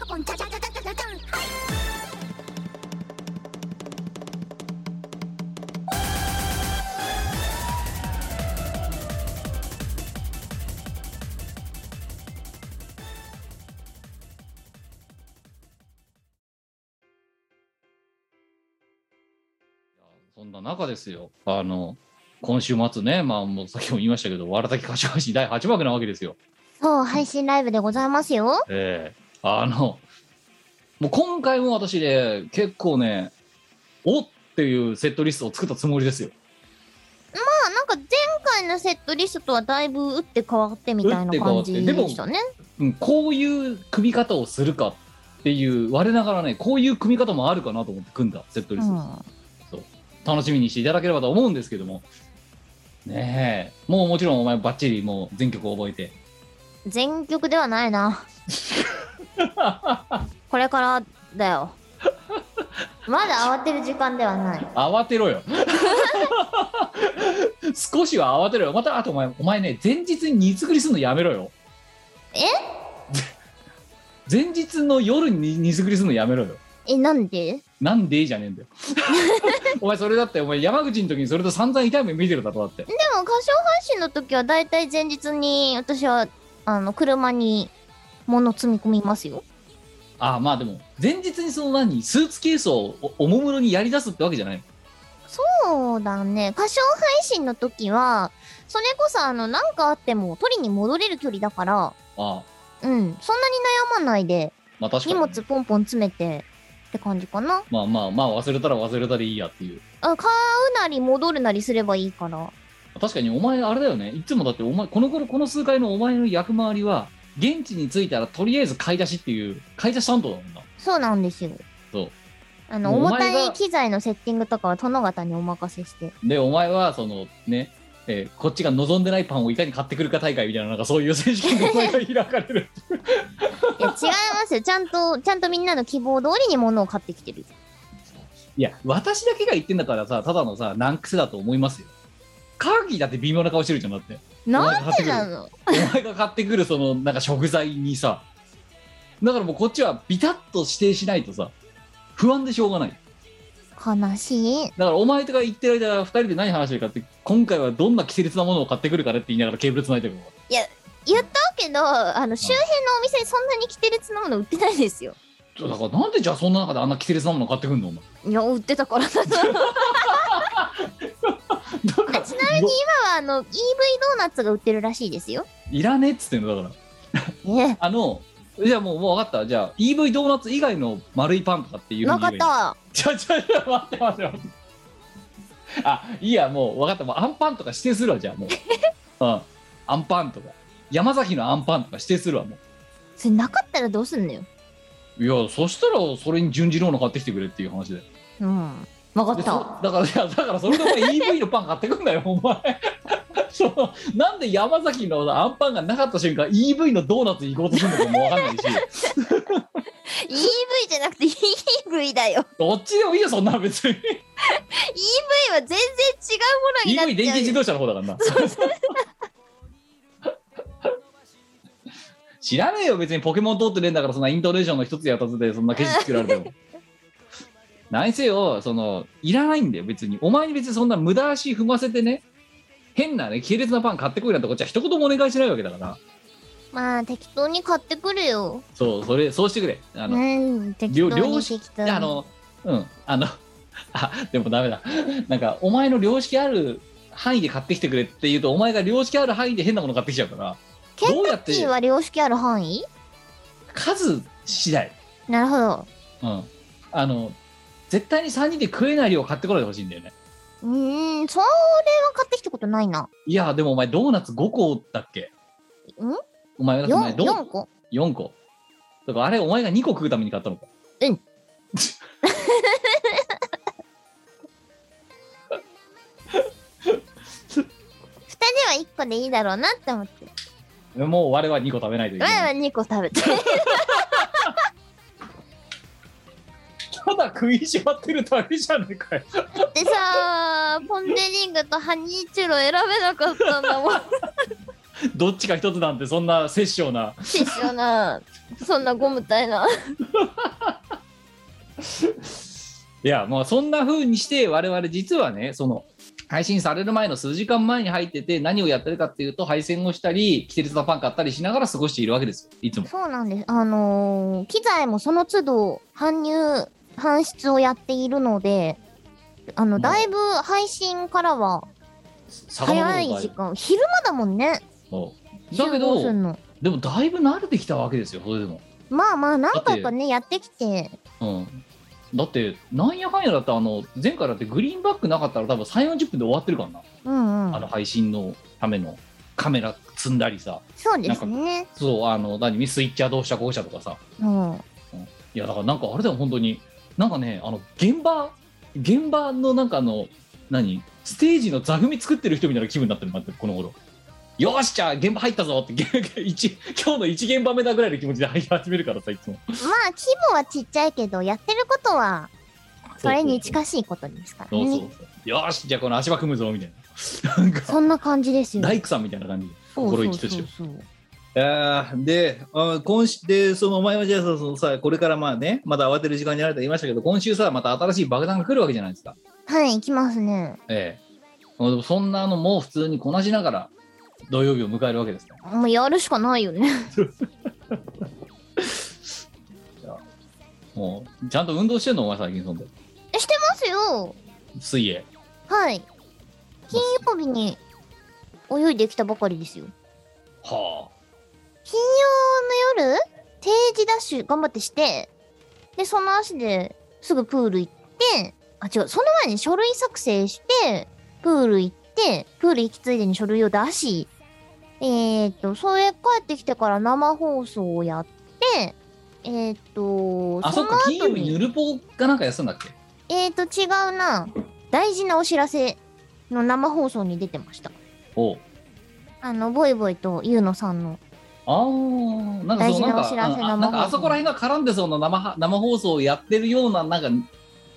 カポンチャチャチャチャチャチャチャンそんな中ですよ、あの今週末ね、まあ、もう先も言いましたけど、わらたきかしわし第8幕なわけですよ。そう、配信ライブでございますよ。ええあの、もう今回も私ね、結構ね、おっていうセットリストを作ったつもりですよ。まあ、なんか前回のセットリストとはだいぶ打って変わってみたいな感じ打って変わってでしたね。うん、こういう組み方をするかっていう、我ながらね、こういう組み方もあるかなと思って組んだセットうリストです。ん楽しみにしていただければと思うんですけども。ねえ、もうもちろんお前バッチリもう全曲覚えて。全曲ではない な。これからだよ。まだ慌てる時間ではない。慌てろよ 少しは慌てろよまたあとお前お前ね前日に荷造りするのやめろよえ 前日の夜に荷造りするのやめろよえ、なんでなんでじゃねえんだよ お前それだってお前山口の時にそれと散々痛い目見てるだろだってでも歌唱配信の時はだいたい前日に私はあの車に物積み込みますよ。ああまあでも前日にその何スーツケースをおおもむろにやり出すってわけじゃないのそうだね。歌唱配信の時は、それこそあの何かあっても取りに戻れる距離だから、ああうん、そんなに悩まないでまあ確か荷にね、物ポンポン詰めてって感じかな。まあまあまあ忘れたら忘れたでいいやっていうあ買うなり戻るなりすればいいから。確かにお前あれだよねいつもだってお前この頃この数回のお前の役回りは現地に着いたらとりあえず買い出しっていう買い出し担当だもんなそうなんですよ。そうあのもうお重前がたい機材のセッティングとかは殿方にお任せして。でお前はそのね、えーこっちが望んでないパンをいかに買ってくるか大会みたいななんかそういう選手権がお前が開かれるいや違いますよ。ちゃんと、ちゃんとみんなの希望通りに物を買ってきてる。 いや私だけが言ってんだからさただのさ難癖だと思いますよカーキーだって微妙な顔してるじゃんだってなんでなのお前が買ってくるそのなんか食材にさだからもうこっちはビタッと指定しないとさ不安でしょうがない悲しい。だからお前とか言ってる間2人で何話してるかって今回はどんな季節なものを買ってくるかねって言いながらケーブル繋いでるの言ったけど、あの、周辺のお店にそんなに着てるつなもの売ってないですよ。ちょだからなんでじゃあそんな中であんな季節なもの買ってくるのお前いや、売ってたからだと。今はだからちなみにあの、EV ドーナツが売ってるらしいですよ。いらねえっつってんのだからえあのじゃあもうもう分かったじゃあ EV ドーナツ以外の丸いパンとかっていえ。うふうなかっに言えばいいた。ちょちょちょ待って待って待ってあいいやもう分かったもうアンパンとか指定するわじゃあもう うんアンパンとか山崎のアンパンとか指定するわもそれなかったらどうすんのよ。ういやそしたらそれに準じろうの買ってきてくれっていう話でうん。わかでっそた。だからいやだからそれでお前 EV のパン買ってくんだよお前 そのなんで山崎のアンパンがなかった瞬間 EV のドーナツ行こうとするのかもわかんないし EV じゃなくて EV だよ。どっちでもいいよそんなの別に EV は全然違うもの EV になっ電ちゃう気自よ。動車の方だから な知らねえよ別にポケモン通ってねえんだからそんなイントネーションの一つや二つでそんなケチつけられ ても何せよそのいらないんだよ別にお前に別にそんな無駄足踏ませてね変なね系列なパン買ってこいなんてこっちは一言もお願いしないわけだからまあ、適当に買ってくるよ。そう、それ、そうしてくれ。あの、うん、適両当に両適識当に。あの、うん、あの、あ、でもダメだ。なんか、お前の良識ある範囲で買ってきてくれって言うと、お前が良識ある範囲で変なもの買ってきちゃうから、ケンどうやタっッてキーは良識ある範囲数次第。なるほど。うん。あの、絶対に3人で食えない量買ってこないでほしいんだよね。うーん、それは買ってきたことないな。いや、でもお前、ドーナツ5個だっけんお前だってお前4、ドー四個4個。だからあれ、お前が2個食うために買ったのか。うん二人は一個でいいだろうなって思って。もう我は2個食べないといけ前な。はい二個食べ て。ただ食いしばってるだけじゃねえかよ。でさ、ポンデリングとハニーチュロ選べなかったんだもん。どっちか一つなんてそんな殺生な知らなそんなゴムたいないやまあそんな風にして我々実はねその配信される前の数時間前に入ってて何をやってるかっていうと配線をしたりキテレツのパン買ったりしながら過ごしているわけですよいつもそうなんですあのー機材もその都度搬入搬出をやっているのであのんだいぶ配信からは早い時間昼間だもんねそうだけ集合すどんのでもだいぶ慣れてきたわけですよそれでも、まあまあ何回かねやってきてうん、だってなんやかんやだったらあの前回だってグリーンバックなかったら多分3 4 0分で終わってるからな、うんうあのん配信のためのカメラ積んだりさそうですねそうあの何スイッチャーどうしたこうしたとかさうんいやだからなんかあれだよ本当になんかねあの現場現場のなんかあの何ステージの座組作ってる人みたいな気分になってる待ってこの頃よーしじゃあ現場入ったぞって げ一今日の1現場目だぐらいの気持ちで入り始めるからさいつもまあ規模はちっちゃいけどやってることはそれに近しいことですからそうそうねそうよーしじゃあこの足場組むぞみたいななんかそんな感じですよ大工さんみたいな感じでそう心そ意う気としてそはうそうあーで、あー今週で、そのお前はじゃあさ、そのさ、これからまあね、まだ慌てる時間になると言いましたけど、今週さ、また新しい爆弾が来るわけじゃないですか。はい行きますねええ。あのそんなのも普通にこなしながら、土曜日を迎えるわけですね。もうやるしかない よねもう、ちゃんと運動してんのお前最近そんで。えしてますよ水泳。はい金曜日に泳いできたばかりですよは金曜の夜定時ダッシュ頑張ってしてでその足ですぐプール行ってあ違うその前に書類作成してプール行ってプール行きついでに書類を出しえー、っとそれ帰ってきてから生放送をやってえー、っとあ。あ、そっのか、金曜日にヌルポがなんか休んだっけえー、と違うな大事なお知らせの生放送に出てましたおうあのボイボイとゆうのさんのあーなんか大そう事なんなおか知らせあ生あなんかあ放送そこら辺が絡んでそうな生は生放送をやってるようななんか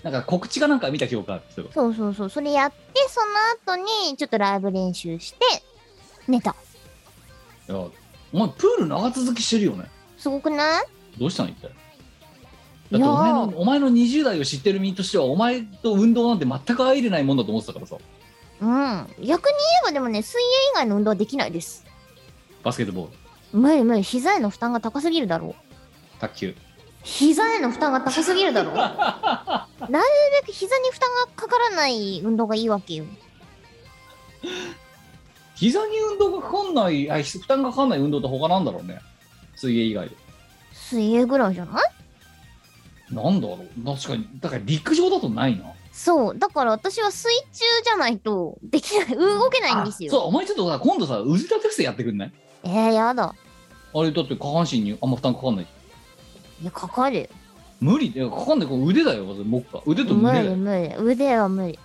なんか告知かなんか見た記憶があるそういえばそうそうそうそれやってその後にちょっとライブ練習して寝たいやお前プール長続きしてるよねすごくないどうしたの一体だっいておやー前のお前の20代を知ってる身としてはお前と運動なんて全く相入れないもんだと思ってたからさうん逆に言えばでもね水泳以外の運動はできないですバスケットボール無理無理膝への負担が高すぎるだろう卓球膝への負担が高すぎる だろうなるべく膝に負担がかからない運動がいいわけよ膝に運動がかかんないあ負担がかかんない運動って他なんだろうね水泳以外で水泳ぐらいじゃないなんだろう確かにだから陸上だとないなそうだから私は水中じゃないとできない動けないんですあそようお前ちょっとさ今度さ腕立て伏せやってくんないえー、やだあれだって下半身にあんま負担かかんないいやかかる無理でかかんないこの腕だよもっか腕と無胸だ理よ無理腕は無理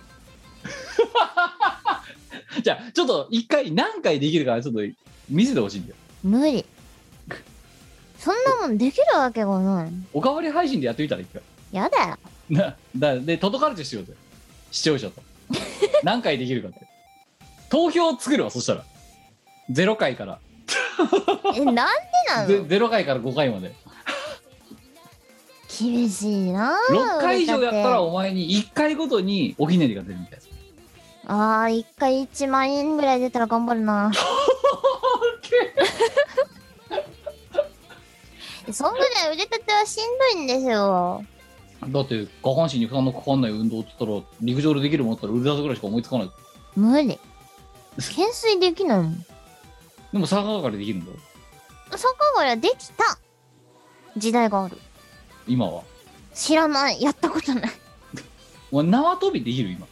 じゃあちょっと一回何回できるかちょっと見せてほしいんだよ無理そんなもんできるわけがないおかわり配信でやってみたら一回やだよなだで届かれてしようぜ視 聴者と何回できるかって投票を作るわそしたら0回からえなんでな ゼの0回から5回まで厳しいなあ6回以上やったら俺だお前に1回ごとにおひねりが出るみたいなてあー一回1万円ぐらい出たら頑張る なそんぐらい腕立てはしんどいんですよだって下半身に負担のかかんない運動って言ったら陸上でできるもんだったら腕立てぐらいしか思いつかない無理懸垂できないもんでも逆上がりできるんだよ逆上がりはできた時代がある今は知らないやったことないお前縄跳びできる今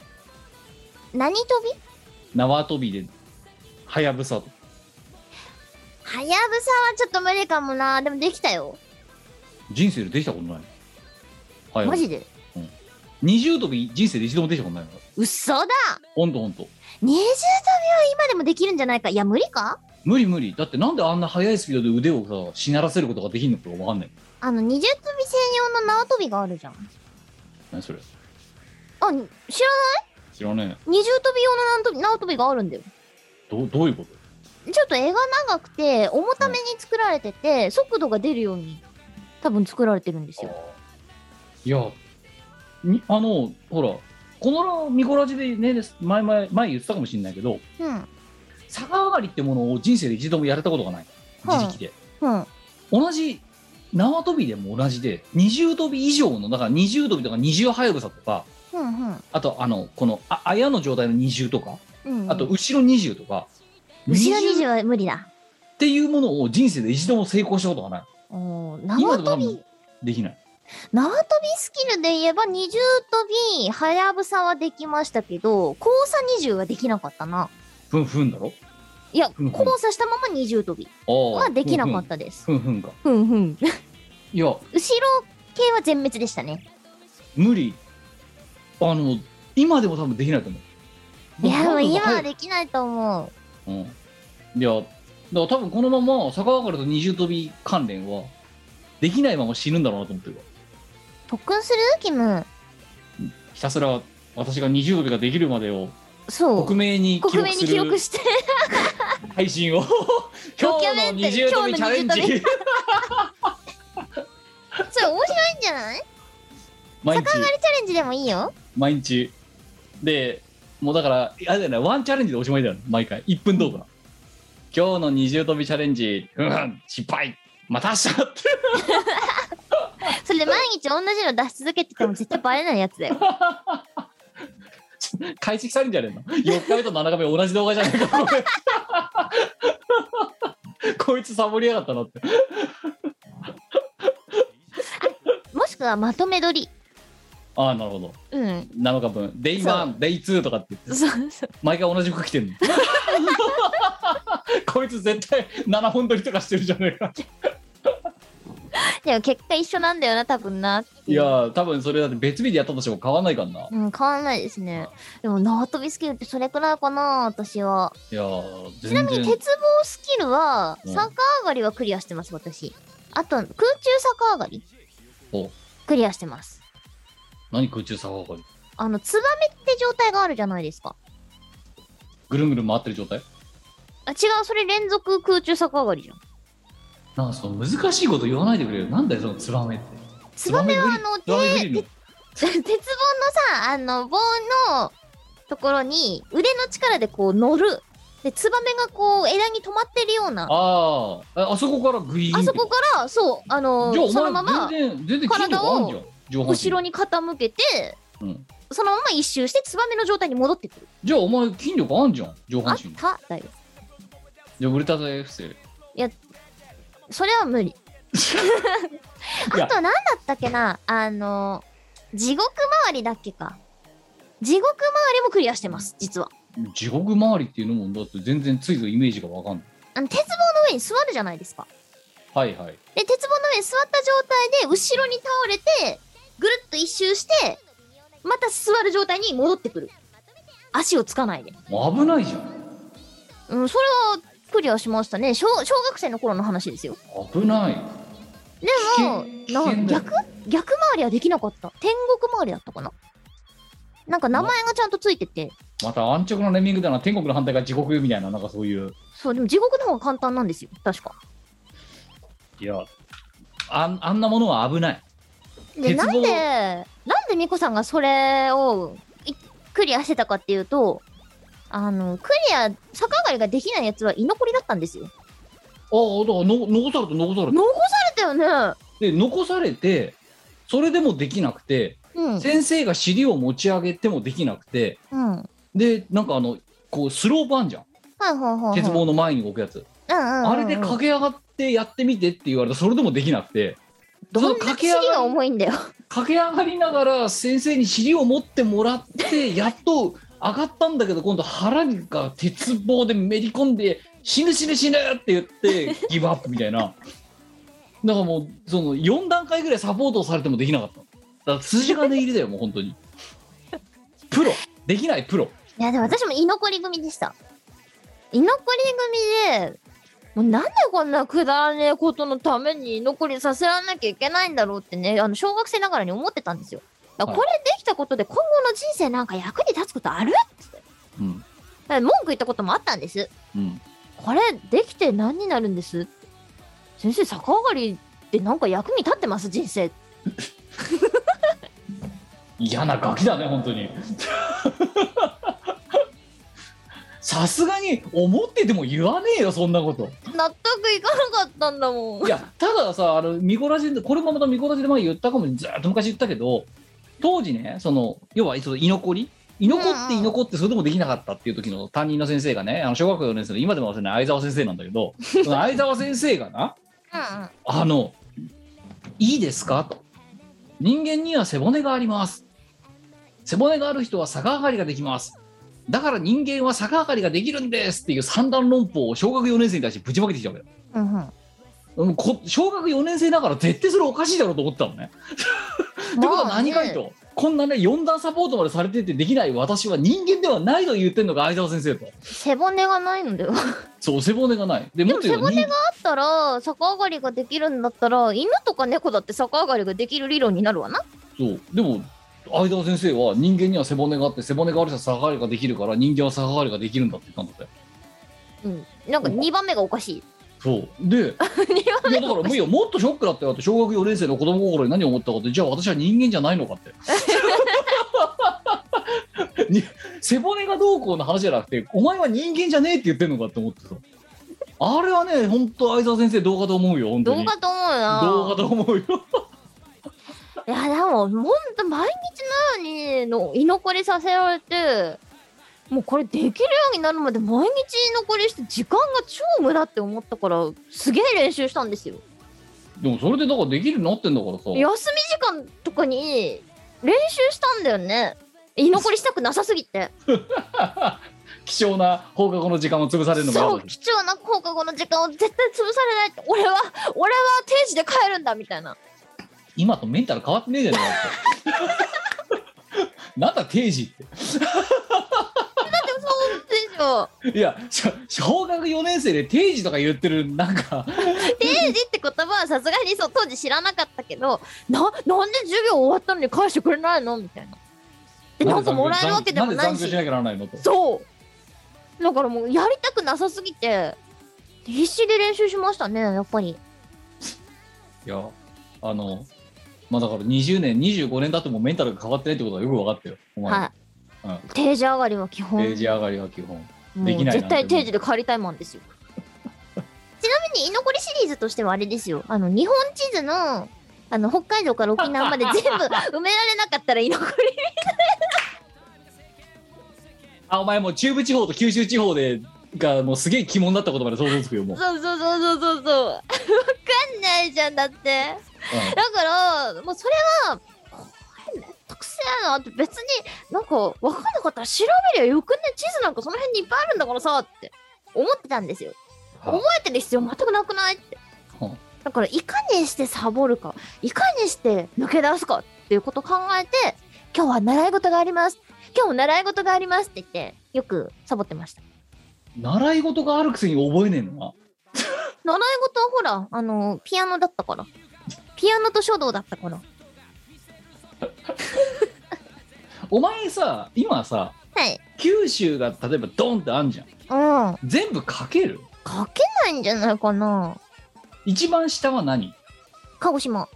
何跳び縄跳びではやぶさはやぶさはちょっと無理かもなでもできたよ人生でできたことないはやマぶさジで二重跳び人生で一度もできたことないの嘘だほんとほんと二重跳びは今でもできるんじゃないかいや無理か無理無理だってなんであんな速いスピードで腕をさしならせることができるのかわかんないあの二重跳び専用の縄跳びがあるじゃん何それあに知らない知らねえ二重跳び用の縄跳び縄跳びがあるんだよどうどういうことちょっと絵が長くて、重ために作られてて、速度が出るように、多分作られてるんですよ。いやにあのほらこのミコラジでねです前前前言ってたかもしれないけどうん。逆上がりってものを人生で一度もやれたことがないはい自力で、うん。同じ縄跳びでも同じで二重跳び以上のだから二重跳びとか二重速さとかうん。うんあとあのこのあ綾の状態の二重とか、うん。あと、後ろ二重とか後ろ20 20っは無理だ。ていうものを人生で一度も成功したことがないおー縄今でも多跳び分、できない縄跳びスキルで言えば二重跳び、はやぶさはできましたけど、交差二重はできなかったな。ふんふんだろいや、うんうん交差したまま二重跳びああはできなかったです。ふんふんふんふんかふんふん。後ろいや系は全滅でしたね。無理あの今でも多分できないと思ういや、もう今はで、できないと思う。うん、いやだから多分このまま逆上がりと二重跳び関連はできないまま死ぬんだろうなと思ってるわ特訓するキム。ひたすら私が二重跳びができるまでをそう。克明に記国録名すに記録るして。配信を 今日の二重跳びチャレンドキュメンタリー今日の二重ジ それ面白いんじゃない 毎日チャレンジでもいいよ。毎日でもうだからあれだよねワンチャレンジでおしまいだよね毎回1分動画、今日の二重跳びチャレンジうん失敗また明日 ってそれで毎日同じの出し続けてても絶対バレないやつだよ。解析されんじゃねえの4日目と7日目同じ動画じゃねえか これこいつサボりやがったなってもしくはまとめ撮り。ああなるほどうん。 7日分デイ1デイ2とかって言ってそうそう。毎回同じ服着てんの こいつ絶対7本撮りとかしてるじゃねえかでも結果一緒なんだよな、多分な。いやー多分それだって別日でやったとしても変わんないからなうん、変わんないですね。でも縄跳びスキルってそれくらいかな、私は。いやー全然ちなみに鉄棒スキルは、うん逆上がりはクリアしてます、私。あと、空中逆上がりおクリアしてます。何空中作法があの、ツバメって状態があるじゃないですか。ぐるんぐるん回ってる状態あ違う、それ連続空中逆上がりじゃん。なんかその難しいこと言わないでくれよなんだよそのツバメってツバメはあの、ツバメグ手、リルの鉄棒のさあの棒のところに腕の力でこう乗るでツバメがこう枝に止まってるようなああーああそこからグイーンってそこからそうあのじゃあお前そのまま全然全然筋力あんじゃん上半身後ろに傾けて、うんそのまま一周してツバメの状態に戻ってくるじゃあお前筋力あんじゃん上あ半っ身ただよじゃあウルタザ F 生それは無理あいとや何だったっけなあの地獄周りだっけか地獄周りもクリアしてます実は地獄周りっていうのもだって全然ついぞイメージがわかんないあの鉄棒の上に座るじゃないですかはいはいで鉄棒の上に座った状態で後ろに倒れてぐるっと一周してまた座る状態に戻ってくる足をつかないで、もう危ないじゃんうん、それはクリアしましたね小小学生の頃の話ですよ危ないでも危険な危険だよ逆逆回りはできなかった天国回りだったかななんか名前がちゃんとついててまた安直なネーミングだな天国の反対が地獄みたいななんかそういうそうでも地獄の方が簡単なんですよ確かいやあんあんなものは危ないで鉄棒なんでなんでミコさんがそれをいクリアしてたかっていうとあのクリア逆上がりができないやつは居残りだったんですよああだからの残された残された残されたよねで残されてそれでもできなくて、うん先生が尻を持ち上げてもできなくてうんはいでなんかあのこうスローパンじゃんはいはいはい鉄棒の前に置くやつ、うんうんうんうんあれで駆け上がってやってみてって言われたそれでもできなくてどそのんな駆尻け上ががり重いんだよ駆け上がりながら先生に尻を持ってもらってやっと上がったんだけど今度腹が鉄棒でめり込んで死ぬ死ぬ死ぬって言 ってギブアップみたいなだからもうその4段階ぐらいサポートをされてもできなかっただから筋金入りだよもう本当にプロできないプロいやでも私も居残り組でした居残り組でもうなんでこんなくだらねえことのために居残りさせられなきゃいけないんだろうってねあの小学生ながらに思ってたんですよだからこれできたことで今後の人生なんか役に立つことあるうんだから文句言ったこともあったんです。うんこれできて何になるんです先生逆上がりってなんか役に立ってます人生嫌なガキだね本当に さすがに思ってても言わねえよそんなこと納得いかなかったんだもんいやたださあのミコラジでこれもまたミコラジで前言ったかもずっと昔言ったけど当時ねその要はその居残り居残って居残ってそれでもできなかったっていう時の担任の先生がねあの小学校4年生の今でも忘れない相沢先生なんだけどその相沢先生がなうんあの「いいですか?」と「人間には背骨があります」「背骨がある人は逆上がりができます」「だから人間は逆上がりができるんです」っていう三段論法を小学4年生に対してぶちまけてきたわけだうんうんうんこ小学4年生ながら絶対それおかしいだろうと思ってたのね。ってことは何かいと、こんなね4段サポートまでされててできない私は人間ではないと言ってんのが相沢先生と。背骨がないのではそう背骨がない。ででももっと言背うと骨があったら逆上がりができるんだったら犬とか猫だって逆上がりができる理論になるわなそうでも相沢先生は人間には背骨があって背骨がある人は逆上がりができるから人間は逆上がりができるんだって言ったんだって。うんなんか2番目がおかしいそうで2番い やだからもういいよもっとショックだったよだって小学4年生の子供心に何を思ったかってじゃあ私は人間じゃないのかって。 に背骨がどうこうの話じゃなくてお前は人間じゃねえって言ってんのかって思ってさあれはね本当相沢先生動画と思うよ本当動に画と思うよな動画と思うよいやでもほんと毎日のようにの居残りさせられてもうこれできるようになるまで毎日居残りして時間が超無駄って思ったからすげえ練習したんですよでもそれでだからできるようになってんだからさ休み時間とかに練習したんだよね居残りしたくなさすぎて貴重な放課後の時間を潰されるのもそあうる貴重な放課後の時間を絶対潰されないって俺は俺は定時で帰るんだみたいな今とメンタル変わってねえじゃねえかって なんだ定時ってそうでしょいやしょ小学4年生で定時とか言ってるなんか定時って言葉はさすがにそう当時知らなかったけどななんで授業終わったのに返してくれないのみたいなでなんかもらえるわけでもないんで残し業しなきゃならないのとそうだからもうやりたくなさすぎて必死で練習しましたねやっぱりいやあのまあだから20年25年だってもうメンタルが変わってないってことはよく分かってるお前、はいう定時上がりは基本定時上がりは基本もでうきないなんて絶対定時で帰りたいもんです よちなみに居残りシリーズとしてはあれですよあの日本地図のあの北海道から沖縄 まで全部埋められなかったら居残りあお前もう中部地方と九州地方でがもうすげえ鬼門だったことまで想像つくよもう、そうそうそうそうそうそう。わかんないじゃんだって。だからもうそれはこれめんどくせえなって別になんかわかんなかったら調べりゃよくね地図なんかその辺にいっぱいあるんだからさって思ってたんですよ。うん覚えてる必要全くなくないってうん。だからいかにしてサボるかいかにして抜け出すかっていうことを考えて今日は習い事があります今日も習い事がありますって言ってよくサボってました。習い事があるくせに覚えねえのな習い事はほら、あの、ピアノだったから。ピアノと書道だったから。お前さ今さはい。九州が例えばドンってあんじゃんうん。全部書ける書けないんじゃないかな。一番下は何鹿児島。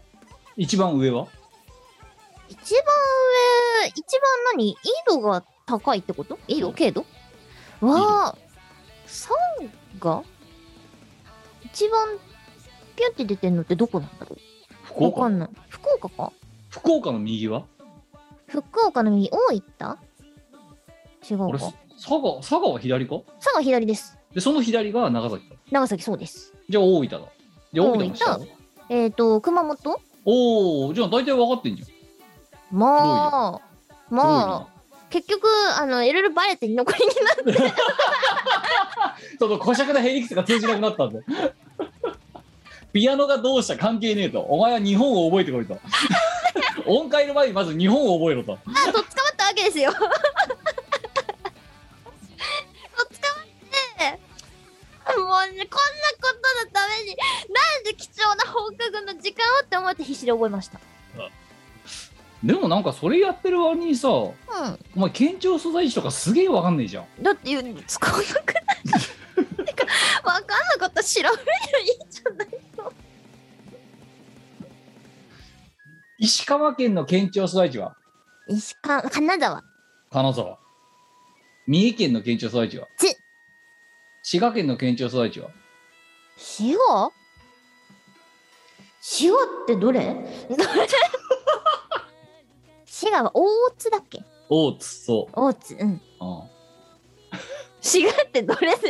一番上は一番上、一番何緯度が高いってこと緯度経度は、三が一番ピュって出てんのってどこなんだろう福わか岡んない。福岡か福岡の右は福岡の右、大分違うあれか佐。賀佐賀は左か佐賀左です。でその左が長崎だ長崎そうです。じゃあ大分だじゃあ大分の大下分えっ、ー、と、熊本おおじゃあ大体分かってんじゃんすまあ、ごいまあ、な結局、あの、いろいろバレて居残りになる。その小尺なヘリクスが通じなくなったんで ピアノがどうした関係ねえとお前は日本を覚えてこいと 音階の前にまず日本を覚えろとあ、とっ捕まったわけですよ。と っ捕まって、もうね、こんなことのために、なんで貴重な放課後の時間をって思って必死で覚えました。でもなんかそれやってる割にさおう前県庁所在地とかすげえ分かんねえじゃんん。だって、使わなくない。てか、わかんなかった調べりゃいいじゃない石川県の県庁所在地は石川金沢金沢。三重県の県庁所在地はつ滋賀県の県庁所在地は滋賀滋賀ってど れどれ滋賀は大津だっけ大津、そ大津うんう。うん滋賀ってどれそ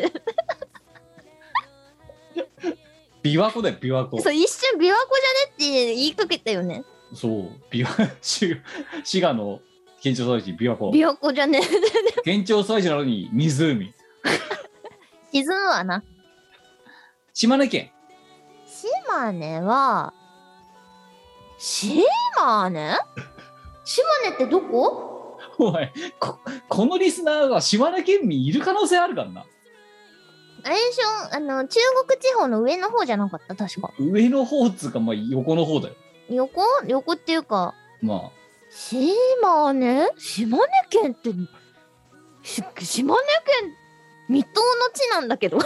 琵琶湖だよ、琵琶湖。う一瞬琵琶湖じゃねって言いかけたよねそう、琵琶、滋滋賀の県庁所在地、琵琶湖。琵琶湖じゃね 県庁所在地なのに湖。沈むわな島根県。島根は島根島根ってどこお前こ、このリスナーは島根県民いる可能性あるからな。あれでしょあの中国地方の上の方じゃなかった確か上の方っつうか、まあ、横の方だよ。横横っていうかまあ、島根島根県ってし島根県未踏の地なんだけど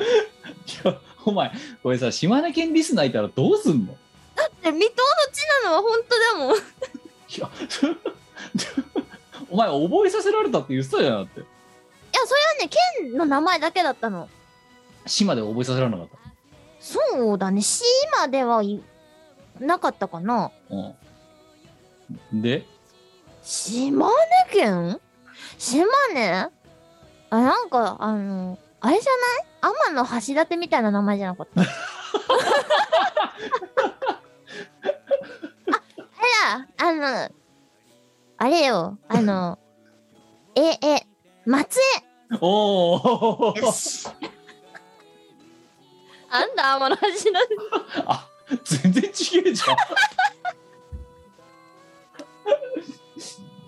いやお前、これさ、島根県リスナーいたらどうすんの未踏の地なのは本当だもんいや、 お前、覚えさせられたって言ってたじゃんだって。いやそれはね県の名前だけだったの島で覚えさせられなかっそうだね島ではいなかったかなた。うん。で、島根県島根あなんかあのあれじゃない天の橋立みたいな名前じゃなかった ああれだあのあれよあのええ松おお江よしあんだ天の橋立あ、全然違えじゃん。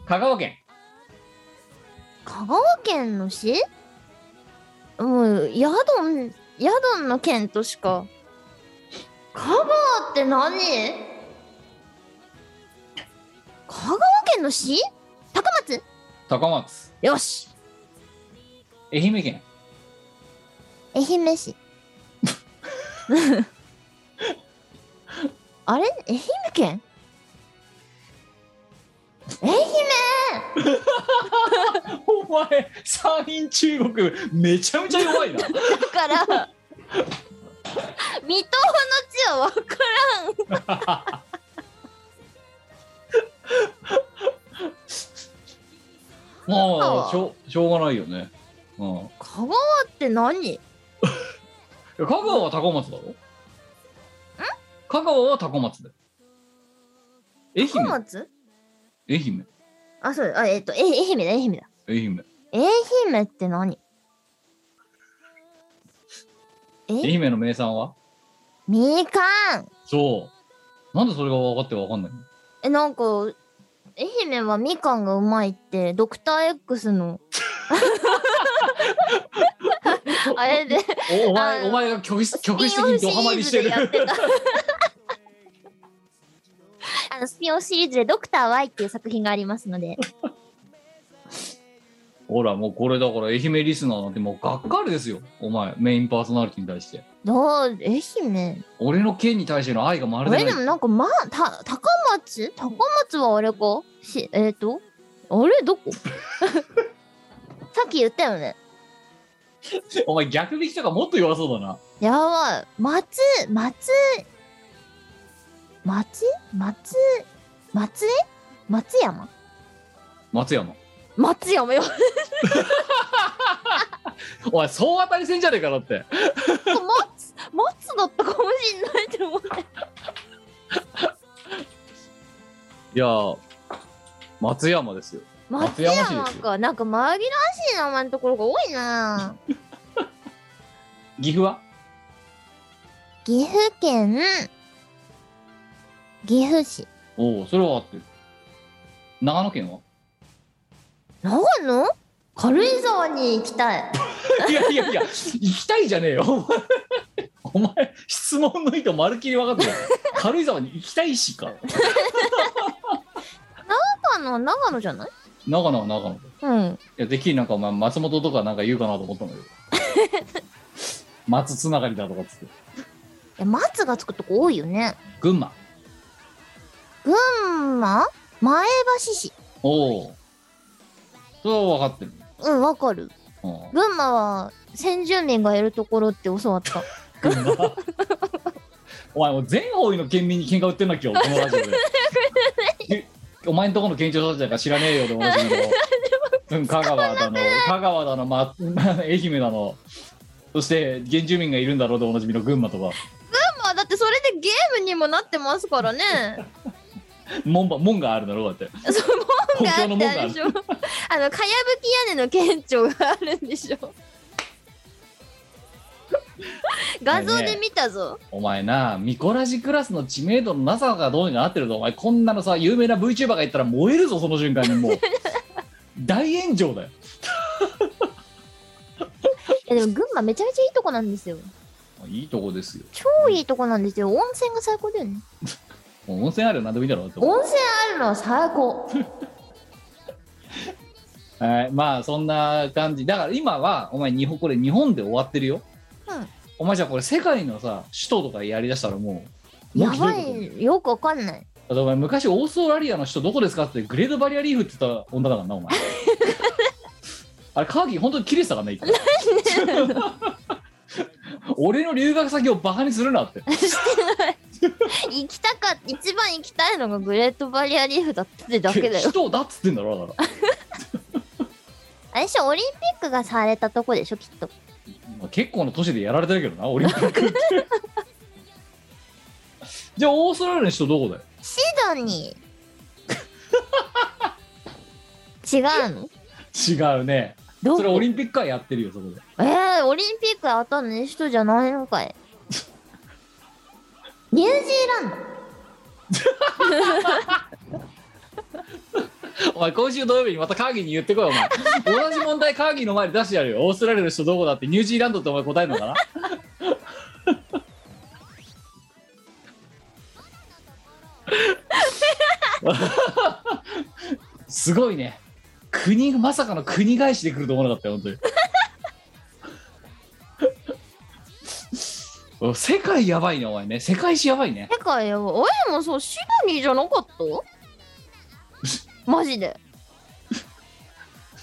香川県。香川県の市もう宿ん宿の県としか香川って何香川県の市高松高松。よし愛媛県。愛媛 市あれ愛媛県愛媛お前、山陰中国、めちゃめちゃ弱いな。だから 未踏の地は分からんまあ、しょう、しょうがないよね。うん。い香川って何や香川は高松だろ。ん香川は高松だよ。愛高媛。松愛媛。あ、そう、あ、えっ、と、え、愛媛だ、愛媛だ。愛媛。愛媛って何愛え媛の名産は。みかんそう。なんでそれが分かって分かんないの。え、なんか、愛媛はみかんがうまいって、ドクター X の。あれで、おおあ前のお前が曲質スピンオ曲フ質シ的リにドハマーりしズてでるやってた。 あの、スピンオフシリーズでドクター Y っていう作品がありますので。ほらもうこれだから愛媛リスナーなんてもうがっかりですよお前メインパーソナリティに対してどう、愛媛俺の県に対しての愛がまあるれででなもいなんかまあた高松高松はあれかしえっ、とあれどこ さっき言ったよねお前逆引きとかもっと弱そうだなやばい松松松松松江松山松山松山よおい総当たり戦じゃねえかだって松松だったかもしんないと思っていやー松山ですよ松松山市ですよ山かなんか紛らわしい名前のところが多いな岐阜は岐阜県岐阜市おおそれは合ってる長野 県は長野軽井沢に行きたい。いやいやいや行きたいじゃねえよお前お前質問の意図まるっきり分かってない軽井沢に行きたいしか長野、長野じゃない長野は長野。いうん。や、できるなんかお前、松本とかなんか言うかなと思ったんだけど。 松つながりだとかっつって。いや、松がつくとこ多いよね。群馬。群馬前橋市。おお。それは分かってる。うん、わかる。うん群馬は先住民がいるところって教 わった。群馬お前もう全方位の県民に喧嘩売ってんな今日このラジオ でえお前んとこの県庁所在か知らねえよで同 じのうん香川だの香川だの、ま、 愛媛だのそして原住民がいるんだろうでおなじみの群馬とかまあだってそれでゲームにもなってますからね。 門ば門があるだろうだってそう、門があ東京の門っがてああるるでしょ。あの、かやぶき屋根の県庁があるんでし ょ。画像で見たぞ。お前なミコラジクラスの知名度のなさがどうにかなってるぞお前こんなのさ有名な VTuber が言ったら燃えるぞその瞬間にもう 大炎上だよいやでも群馬めちゃめちゃいいとこなんですよ。いいとこですよ超いいとこなんですよ。温泉が最高だよね。もう温泉あるよ何でもいいだろうって温泉あるのは最 高。はい、まあそんな感じだから今はお前日本これ日本で終わってるよ、うんお前じゃあこれ世界のさ首都とかやりだしたらもうやもうばひどことい、よくわかんない。だってお前昔オーストラリアの首都どこですかってグレードバリアリーフって言った女だからな お前あれカーキ本当に切れてたからね一回俺の留学先をバカにするなって行きたかっ一番行きたいのがグレートバリアリーフだってだけだよ 首。都だっつってんだろだからあれでしょ、オリンピックがされたとこでしょ、きっと。まあ結構の都市でやられてるけどなオリンピッ クってじゃあオーストラリアの首都どこだよシドニ ー。違うの違うねどそれオこリンピックはやってるよそこでえー、オリンピック当たるの人じゃないのかい。ニュージーランお前今週土曜日にまたカーギーに言ってこいお前同じ問題カーギーの前で出してやるよオーストラリアの人どこだってニュージーランドってお前答えるのかなすごいね国まさかの国返しで来ると思わなかったよ本当にお世界やばいねお前ね世界史やばいねド。てかよ、おいもそう、シドニーじゃな かったマジで。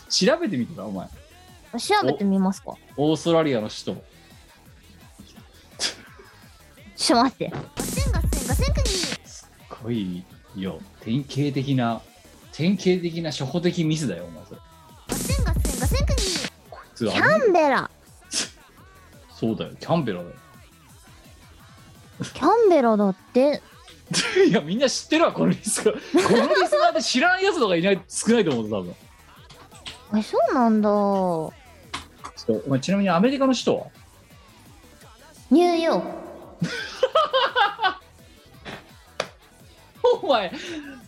調べてみてたお前調べてみますか。オーストラリアの首都ちょっと待って。ガセンガセンガセンクニーすごいよ典型的な典型的な初歩的ミスだよお前それガセンガセンガセンクニーこいつキあれャンベラ。そうだよキャンベラだよ キャンベラだって。いやみんな知ってるわこのリスナーこのリスナーで知らんやつとかいない少ないと思うぞ多分え、そうなんだ。ちょっとお前ちなみにアメリカの首都はニューヨーク。お前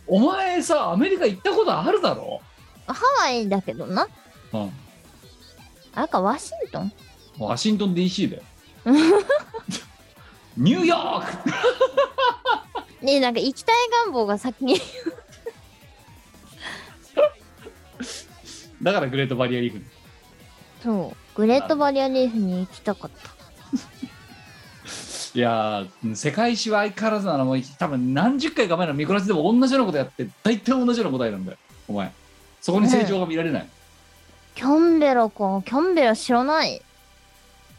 お前さアメリカ行ったことあるだろハワイだけどな。うんあれか、ワシントンワシントン DC だよニューヨークねえなんか行きたい願望が先にだからグレートバリアリーフそうグレートバリアリーフに行きたかったいやー世界史は相変わらずなのもう多分何十回か前のミコラスでも同じようなことやって大体同じような答えなんだよお前そこに成長が見られない、キャンベラかキャンベラ知らないい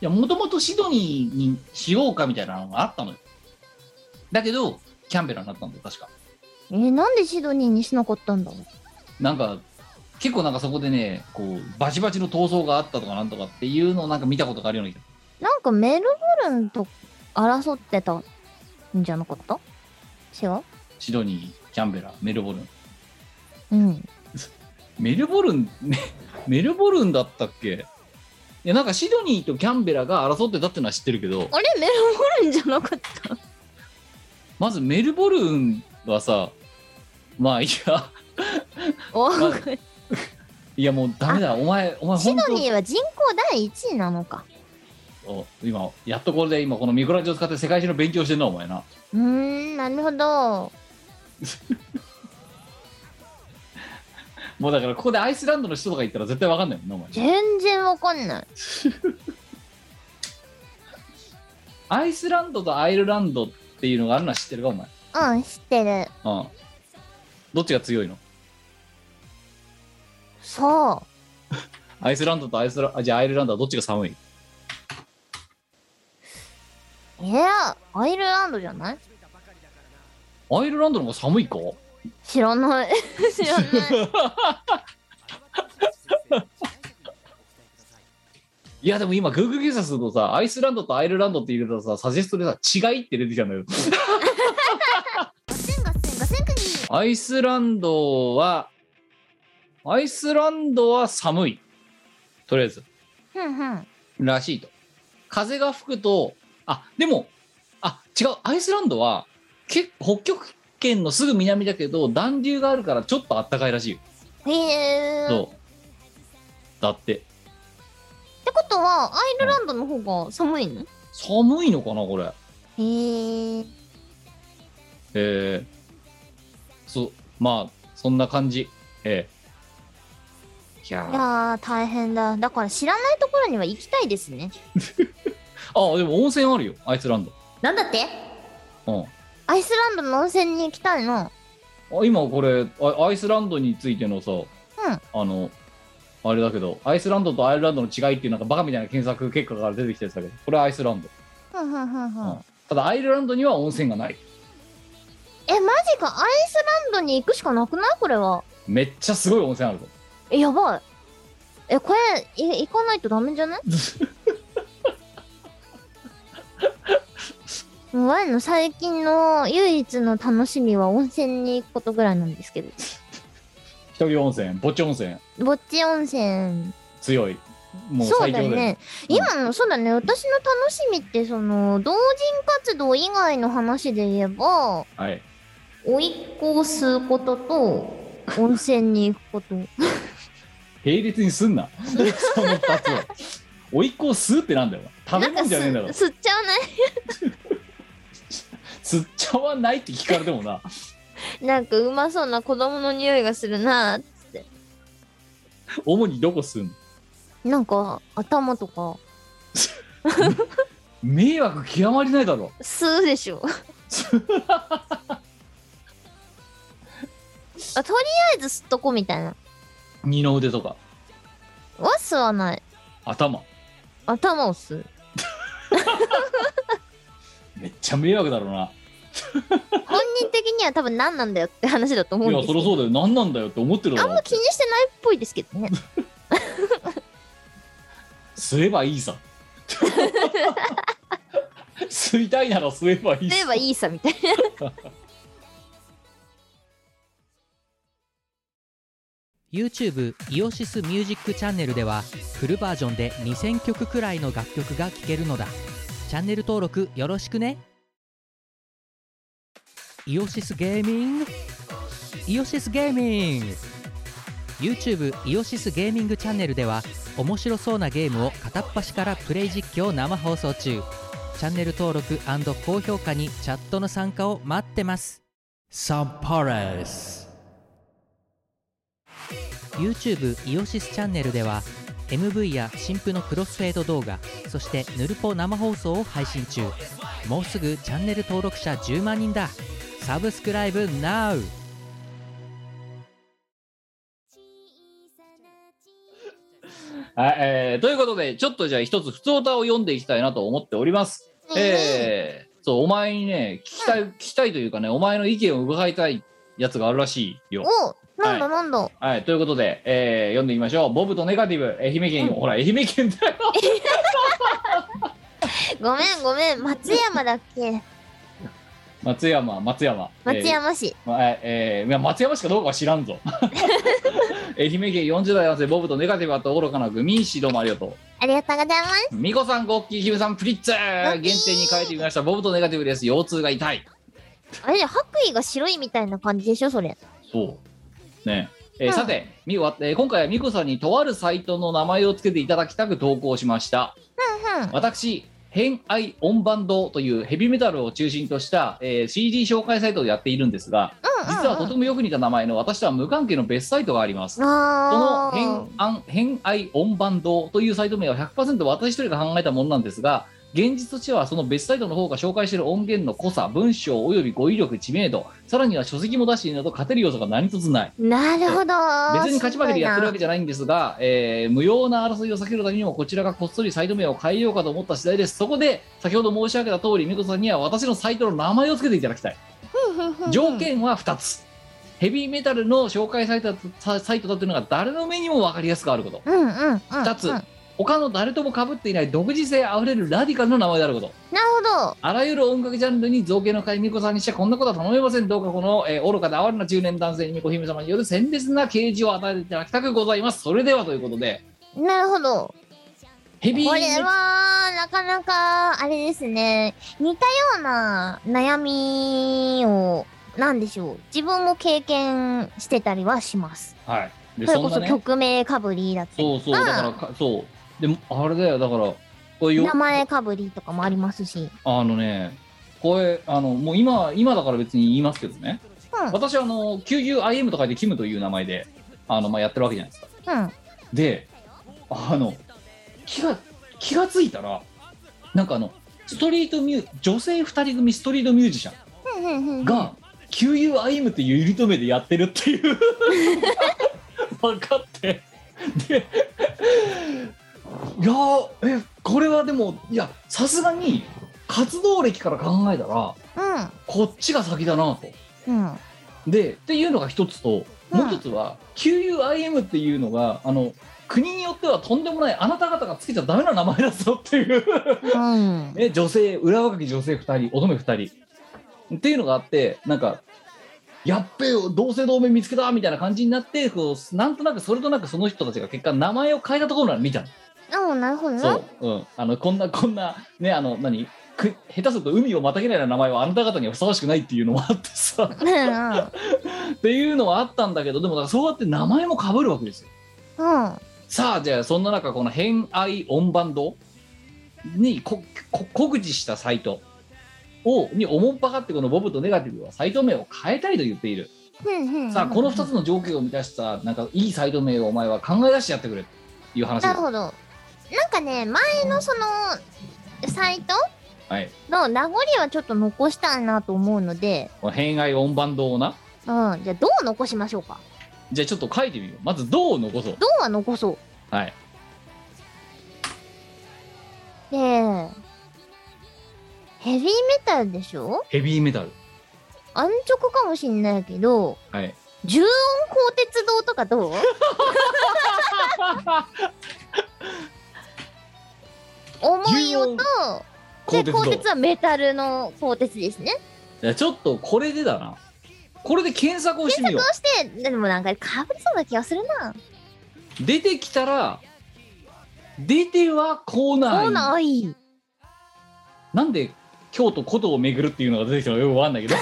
やもともとシドニーにしようかみたいなのがあったのよだけどキャンベラになったんだよ確かえーなんでシドニーにしなかったんだろうなんか結構なんかそこでねこうバチバチの闘争があったとかなんとかっていうのをなんか見たことがあるような気がなんかメルボルンと争ってたんじゃなかった違うシドニーキャンベラメルボルンうんメルボルン、 ね、メルボルンだったっけいやなんかシドニーとキャンベラが争ってたってのは知ってるけどあれメルボルンじゃなかったまずメルボルンはさまあいいやおまあいやもうダメだお前お前シ本ドニーは人口第1位なのか当お今やっとこれで今このミコラジを使って世界中の勉強してんなお前なうーんなるほどもうだからここでアイスランドの人とか言ったら絶対わかんないもんねお前全然わかんないアイスランドとアイルランドっていうのがあるのは知ってるかお前うん知ってるうんどっちが強いのそうアイスランドとアイスラあじゃあアイルランドはどっちが寒いいやアイルランドじゃないアイルランドの方が寒いか知ら ない知らないいやでも今グーグル検査するとさアイスランドとアイルランドって入れたらさサジェストでさ違いって出てきたんだよガセンガセンガセンクニーアイスランドはアイスランドは寒いとりあえずふんふんらしいと風が吹くとあでもあ違うアイスランドはけ北極圏のすぐ南だけど暖流があるからちょっとあったかいらしいよへえっそうだっててことはアイルランドの方が寒いの寒いのかなこれへええー、そうまあそんな感じえー、いやいーやー大変だだから知らないところには行きたいですねあでも温泉あるよアイスランなんだってドアイスランドの温泉に行きたいのうんあ今これあアイスランドについてのさ、あのあれだけどアイスランドとアイルランドの違いっていうなんかバカみたいな検索結果から出てきたやつだけどこれはアイスランドふんふんふんふんうんただアイルランドには温泉がないえマジかアイスランドに行くしかなくないこれはめっちゃすごい温泉あるぞえやばいえこれい行かないとダメじゃ ないもうワイの最近の唯一の楽しみは温泉に行くことぐらいなんですけど一人温泉ぼっち温泉ぼっち温泉強いもうそう最だよ強だよねうん今のそうだね私の楽しみってその同人活動以外の話で言えばはいおいっ子を吸うことと温泉に行くこと並列にすんなその2つはおいっ子を吸うってなんだよ食なべんか物じゃねえんだろ 吸っちゃわない吸っちゃわないって聞かれてもななんかうまそうな子供の匂いがするな主にどこ吸うなのんか頭とか迷惑極まりないだろ吸うでしょ あとりあえず吸っとこみたいな二の腕とかは吸わない頭頭を吸うめっちゃ迷惑だろうな本人的には多分何なんだよって話だと思うんいでやすそけどりゃそうだよ何なんだよって思ってるだあろんうま気にしてないっぽいですけ どね吸えばいいさ 吸いたいなら吸えばいいさ吸えばいいさみたいなー YouTube イオシスミュージックチャンネルではフルバージョンで2000曲くらいの楽曲が聴けるのだチャンネル登録よろしくねイオシスゲーミングイオシスゲーミング YouTube イオシスゲーミングチャンネルでは面白そうなゲームを片っ端からプレイ実況生放送中チャンネル登録高評価にチャットの参加を待ってますサンパレス YouTube イオシスチャンネルでは MV や新婦のクロスフェード動画そしてヌルポ生放送を配信中もうすぐチャンネル登録者10万人だサブスクライブ NOW はい、えーということで、ちょっとじゃあ一つ、普通歌を読んでいきたいなと思っております。えー、そう、お前にね、聞きたい、聞きたいというかね、お前の意見を伺いたいやつがあるらしいよ。おなんだなんだ、はい、ということで、えー読んでみましょう。ボブとネガティブ、愛媛県、ほら、愛媛県だよ。ごめんごめん松山だっけ松山、松山。松山市、えーまあえーいや松山しかどうかは知らんぞ。愛媛県40代男性、ボブとネガティブあと愚かなグミンシー、どうもありがとう。ありがとうございますミコさん、ゴッキー、ヒムさん、プリッツァー限定に書いてみました。ボブとネガティブです。腰痛が痛い。あれじゃ白衣が白いみたいな感じでしょそれそう。ねえーうんさて、みこえー今回はみこさんにとあるサイトの名前を付けていただきたく投稿しました。うん私、偏愛オンバンドというヘビメタルを中心とした、えー CD 紹介サイトをやっているんですが、う実はとてもよく似た名前の私とは無関係の別サイトがあります。このあ偏愛偏愛音バンドというサイト名は100%私一人が考えたものなんですが現実としてはその別サイトの方が紹介している音源の濃さ文章および語彙力知名度さらには書籍も出しているなど勝てる要素が何卒ないなるほど別に勝ち負けでやってるわけじじゃないんですが、えー無用な争いを避けるためにもこちらがこっそりサイト名を変えようかと思った次第ですそこで先ほど申し上げた通り美子さんには私のサイトの名前を付けていただきたい条件は2つヘビーメタルの紹介サイトだササイトだというのが誰の目にも分かりやすくあることゃうんうんうん2つ他の誰とも被っていない独自性あふれるラディカルな名前であることなるほあらゆる音楽ジャンルに造形の深い美子さんにしてこんなことは頼めませんどうかこの、えー愚かで哀れな中年男性に美子姫様による鮮烈な啓示を与えていただきたくございますそれではということでどなるほどヘビーこれはなかなかあれですね似たような悩みをなんでしょう自分も経験してたりはしますはいでそれそこんなそね曲名かぶりだったりそうそうだからかそうでもあれだよだからこれよ名前かぶりとかもありますし、あのねこれあのもう今今だから別に言いますけどねうんうん私はあの 99IM と書いてキムという名前であの、まあ、やってるわけじゃないですかであの気が気がついたらなんかあのストリートミュー女性2人組ストリートミュージシャンが QUIM っていうユニット名でやってるっていう分かってでいやーえこれはでもいやさすがに活動歴から考えたらうんこっちが先だなと。うんでっていうのが一つとうんもう一つは、QUIM っていうのがあの国によってはとんでもないあなた方がつけちゃダメな名前だぞっていう、うんね、女性裏若き女性2人乙女2人っていうのがあってなんかやっべえよ同姓同名見つけたみたいな感じになってこうなんとなくそれとなくその人たちが結果名前を変えたところなら見たのうんなるほどねそう、うん、あのこんなこんなねあの何く下手すると海をまたげないような名前はあなた方にはふさわしくないっていうのもあってさうんうんうんっていうのはあったんだけどでもだからそうやって名前もかぶるわけですよさあじゃあそんな中この偏愛音バンドにここ告示したサイトをにおもんぱかってこのボブとネガティブはサイト名を変えたいと言っている、さあこの2つの条件を満たしたなんかいいサイト名をお前は考え出してやってくれという話なるだほどなんかね前のそのサイトはいの名残はちょっと残したいなと思うのでこの偏愛音バンドをなうんじゃあどう残しましょうかじゃあちょっと書いてみようまず「どう」を残そうどうは残そうはいでヘビーメタルでしょヘビーメタル安直かもしんないけどはい重音鋼鉄道とかどう 重い音鋼で鉄道鋼鉄はメタルの鋼鉄ですねいやちょっとこれでだなこれで検索をしてみようそしてでもなんかかぶりそうな気がするな出てきたら出てはこないそうないなんで京都古都を巡るっていうのが出てきたのかよくわかんないけ ど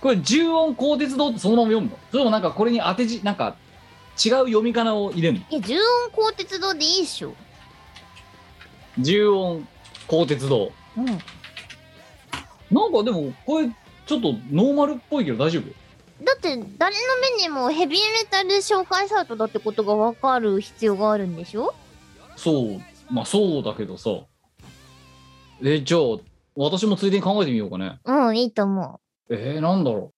これ重音鋼鉄堂ってそのまま読むのそれともなんかこれに当て字なんか違う読み仮名を入れるのいや重音鋼鉄道でいいっしょ重音鋼鉄堂うんなんかでもこれちょっとノーマルっぽいけど大丈夫だって誰の目にもヘビーメタル紹介サイトだってことが分かる必要があるんでしょそうまあそうだけどさえじゃあ私もついでに考えてみようかねうんいいと思えー、なんだろ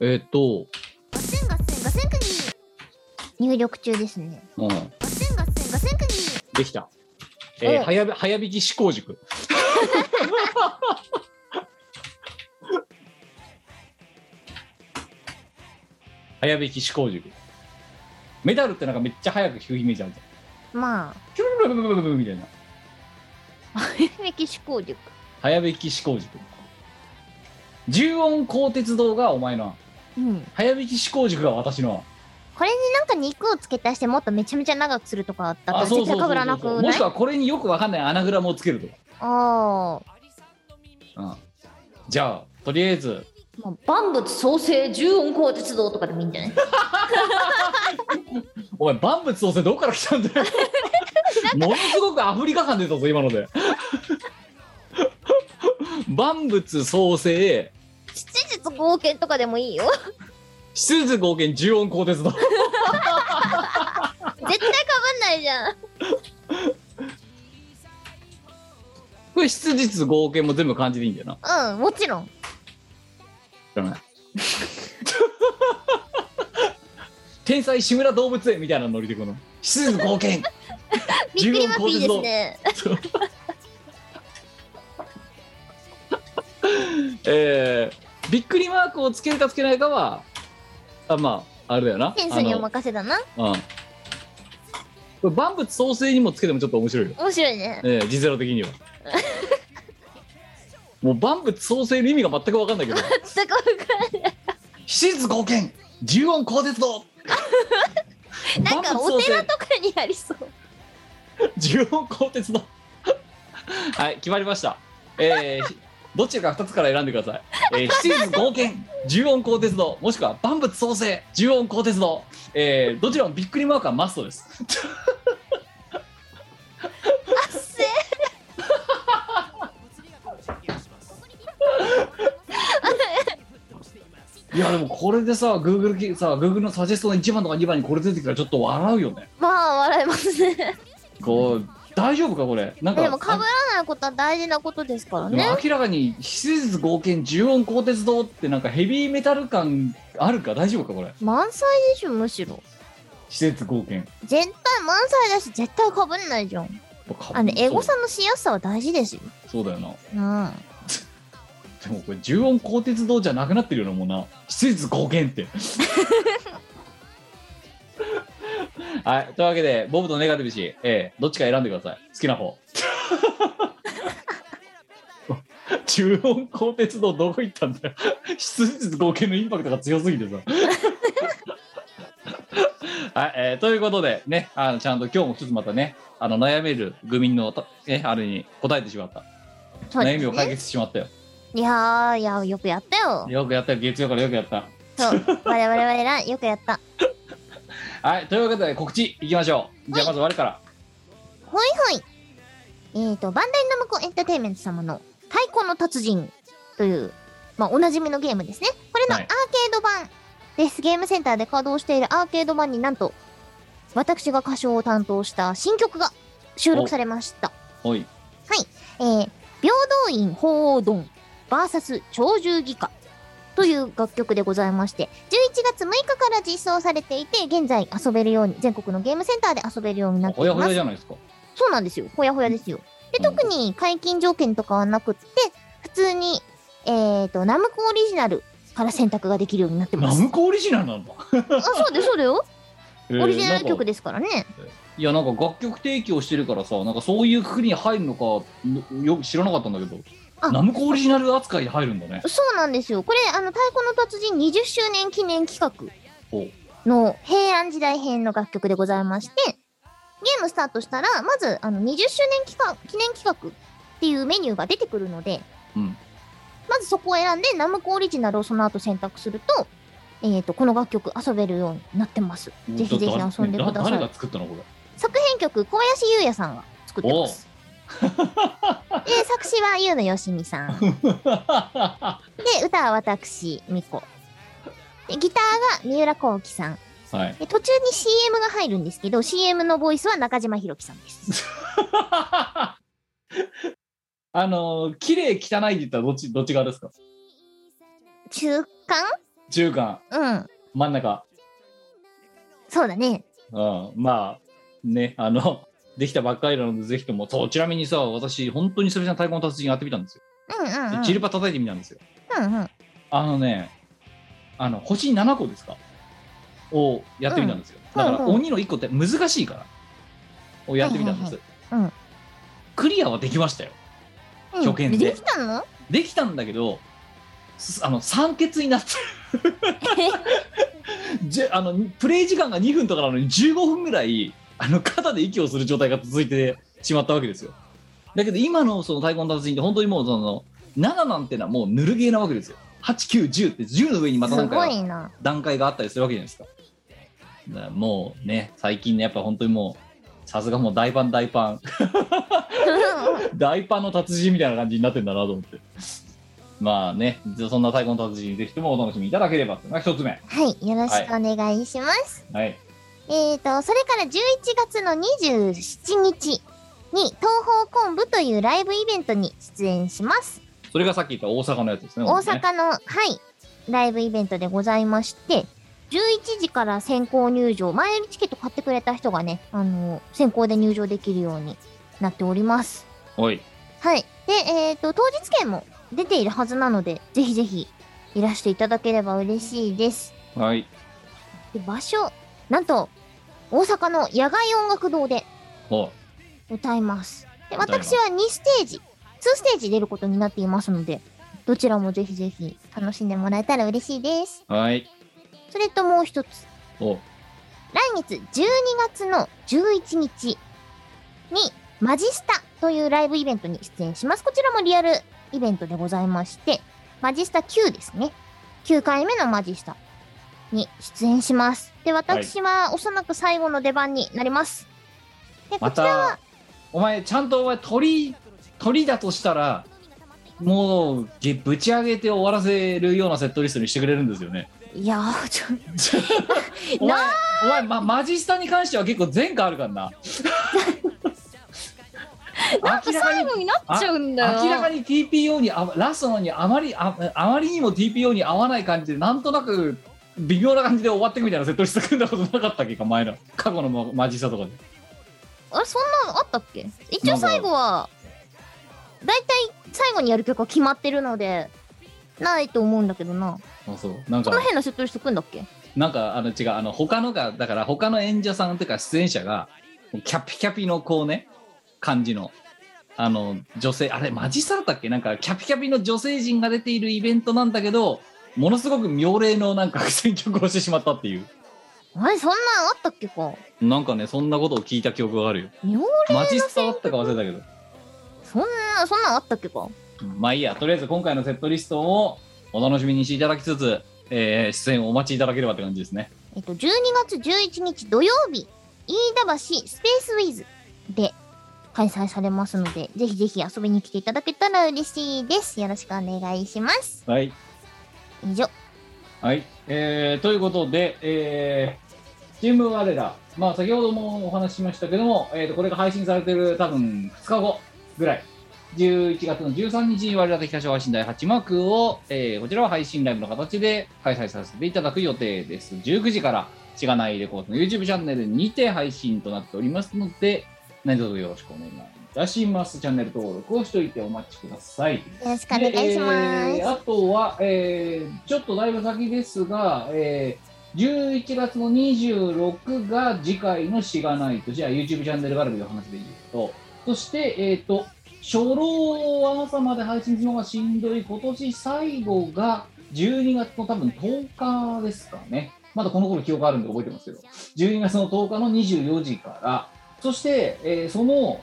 う。えーっと、ガセンガセンガセンクニう入力中ですねうん、ガセンガセンガセンクニできた。えーお早び早引き思考塾。早引き思考塾。メダルってなんかめっちゃ早く弾くイメージあるじゃん。まあキュルルルルルルルルみたいな。メキシコ塾早引き思考塾。重音鋼鉄道がお前の案。うん早引き思考塾が私の案。これになんか肉を付け足してもっとめちゃめちゃ長くするとかあったらあ、そう絶そ対うそかうぶそらうなそくう。もなしいくはこれによくわかんないアナグラムをつけるとか。ああうんじゃあとりあえずまあ万物創生重音鋼鉄道とかでもいいん じゃないお前万物創生どっから来たんだよ ものすごくアフリカ感出たぞ今ので万物創生冒険とかでも いいよ。指数合計10音鋼鉄だ絶対かぶんないじゃん。これ質実合計も全部漢字でいいんだよなうん、もちろん。知らない天才志村動物園みたいなノリでこの質実合計びっくりマッピーですね。 えー、びっくりマークをつけるかつけないかはあまああれだよなセンスにあおの任せだな。うんこれ万物創生にもつけてもちょっと面白いよ、面白い ね。ええ、字ゼロ的にはもう万物創生の意味が全く分か んないけど全くわからない。七実合剣十音鋼鉄道なんかお寺とかにありそう。十音鋼鉄道 はい決まりましたえー、ひどちらか2つから選んでください、えー、七実合剣十音鋼鉄道もしくは万物創生十音鋼鉄道、えー、どちらもびっくりマークはマストですあっせー。いやでもこれでさ Google きさ Google のサジェストの1番とか2番にこれ出てきたらちょっと笑うよね まあ笑いますね。こう大丈夫かこれなんかでもかぶらないことは大事なことですからあでね。も明らかに「施設合計10音鋼鉄道」ってなんかヘビーメタル感あるか大丈夫かこれ満載でしょむしろ。施設合計絶対満載だし絶対かぶんないじゃん。あのエゴさんのしやすさは大事ですよ。そうだよなうん。でもこれ10音鋼鉄道じゃなくなってるようなもんな施設合計ってはいというわけでボブとネガティブシ、ええ、どっちか選んでください好きな方10音鋼鉄道どこ行ったんだよ施設合計のインパクトが強すぎてさはい、えーということでねあのちゃんと今日も一つまたねあの悩める愚民のた、ね、あれに答えてしまった、そうで悩すみを解ね。決してしまったよいやーいやよくやった よ。よくやったよ月曜からよくやったそう。我々は偉いよくやった。はいというわけで告知いきましょうじゃあまず我からほいほい。えっ、と、バンダイナムコエンターテインメント様の太鼓の達人という、まあ、おなじみのゲームですね。これのアはいーケード版です。ゲームセンターで稼働しているアーケード版になんと、私が歌唱を担当した新曲が収録されました。はいえー、平等院鳳凰丼 VS 鳥獣戯歌という楽曲でございまして、11月6日から実装されていて、現在遊べるように、全国のゲームセンターで遊べるようになっていほまやすほ。やじゃないですかそうなんですよ。ほやほやですよ。で、うん特に解禁条件とかはなくって、普通に、えっ、と、ナムコオリジナルから選択ができるようになってまナす。ムコオリジナルなんだあ、そうです、そうだよ。オリジナル曲でですからね。いやなんか楽曲提供してるからさなんかそういうくくりに入るのかんよく知らなかったんだけどあナムコオリジナル扱いで入るんだねそうなんですよ。これ、あの、太鼓の達人20周年記念企画ほうの平安時代編の楽曲でございまして、ゲームスタートしたら、まず、あの、20周年企画記念企画っていうメニューが出てくるので、うんまずそこを選んで、ナムコオリジナルをその後選択すると、えっ、と、この楽曲遊べるようになってます。ぜひぜひ遊んでくださ誰い。が作ったのこれ 作編曲、小林優也さんが作ってます。で、作詞は優のよしみさん。で、は歌は私、みこ。で、ギターが三浦幸喜さん。いで途中に CM が入るんですけど、CM のボイスは中島ひろきさん です。あのー綺麗汚いって言ったらどっちどっち側ですか中間中間うん。真ん中そうだね。うん、まあねあの できたばっかりなのでぜひともそうちなみにさ私本当に久々に太鼓の達人やってみたんですよ、うんうん、うん。でチルパ叩いてみたんですようんうん。あのねあの星7個ですかをやってみたんですよ、うんだからうんうん鬼の1個って難しいからをやってみたんです、はいはいうんクリアはできましたようん初見できたのできたんだけどすあの酸欠になって じゅあのプレイ時間が2分とかなのに15分ぐらいあの肩で息をする状態が続いてしまったわけですよだけど今のその太鼓の達人って本当にもうその7なんてのはもうぬるゲーなわけですよ8910って10の上にまたなすんごかいな。 段階があったりするわけじゃないですかだからもうね最近ねやっぱ本当にもうさすがもう大パン大パン大パンの達人みたいな感じになってんだなと思ってまあね、そんな太鼓の達人、ぜひともお楽しみいただければというのが一つ目。はい、よろしくお願いします。はい。えーと、それから11月の27日に東方昆布というライブイベントに出演します。それがさっき言った大阪のやつですね。大本当ね。阪の、はい、ライブイベントでございまして、11時から先行入場、前にチケット買ってくれた人がね、あの、先行で入場できるようになっております。おい。はい。で、えっ、と、当日券も出ているはずなので、ぜひぜひいらしていただければ嬉しいです。はい。で、場所、なんと、大阪の野外音楽堂でおう歌います。で、歌います私は2ステージ、2ステージ出ることになっていますので、どちらもぜひぜひ楽しんでもらえたら嬉しいです。はい。それともう一つ、おう来月12月の11日にマジスタというライブイベントに出演します。こちらもリアルイベントでございまして、マジスタ9ですね。9回目のマジスタに出演します。で、私はおそらく最後の出番になります。で、こまちらは、た、お前、ちゃんとお前、鳥、鳥だとしたら、もう、げぶち上げて終わらせるようなセットリストにしてくれるんですよね。いやー、ちょっお前、お前、ま、マジスタに関しては結構前科あるからな。なんと最後に なっちゃうんだよ。明らかに TPO にあラストのにあまりああまりにも TPO に合わない感じでなんとなく微妙な感じで終わっていくみたいなセットリスト組んだことなかったっけか前の過去のママジスタとかであれそんなのあったっけ一応最後は大体最後にやる曲は決まってるのでないと思うんだけどなあそうなんそかの変なセットリスト組んだっけなんかあの違うあの他のがだから他の演者さんというか出演者がキャピキャピのこうね感じのあの女性あれマジスタだったっけなんかキャピキャピの女性陣が出ているイベントなんだけどものすごく妙齢のなんか選曲をしてしまったっていうあれそんなんあったっけかなんかねそんなことを聞いた記憶があるよ妙マジスタだったか忘れたけど、そんなそんなんあったっけかうんまあいいやとりあえず今回のセットリストをお楽しみにしていただきつつ、えー出演をお待ちいただければって感じですねえっと12月11日土曜日飯田橋スペースウィズで開催されますのでぜひぜひ遊びに来ていただけたら嬉しいですよろしくお願いしますはい以上はい、えーということで、えー、チーム我ら、まあ、先ほどもお話ししましたけども、えー、とこれが配信されてる多分2日後ぐらい11月の13日に我ら的歌唱配信第8幕を、えーこちらは配信ライブの形で開催させていただく予定です19時からしがないレコードの YouTube チャンネルにて配信となっておりますので何卒よろしくお願いいたしますチャンネル登録をしておいてお待ちくださいよろしくお願いします、でえーあとは、えーちょっとだいぶ先ですが、えー11月の26が次回のしがないと、じゃあ YouTube チャンネル絡みの話で言うと、そして、えっ、と、初老は朝まで配信するのがしんどい、今年最後が12月の多分10日ですかね。まだこの頃記憶あるんで覚えてますけど、12月の10日の24時から、そして、えーその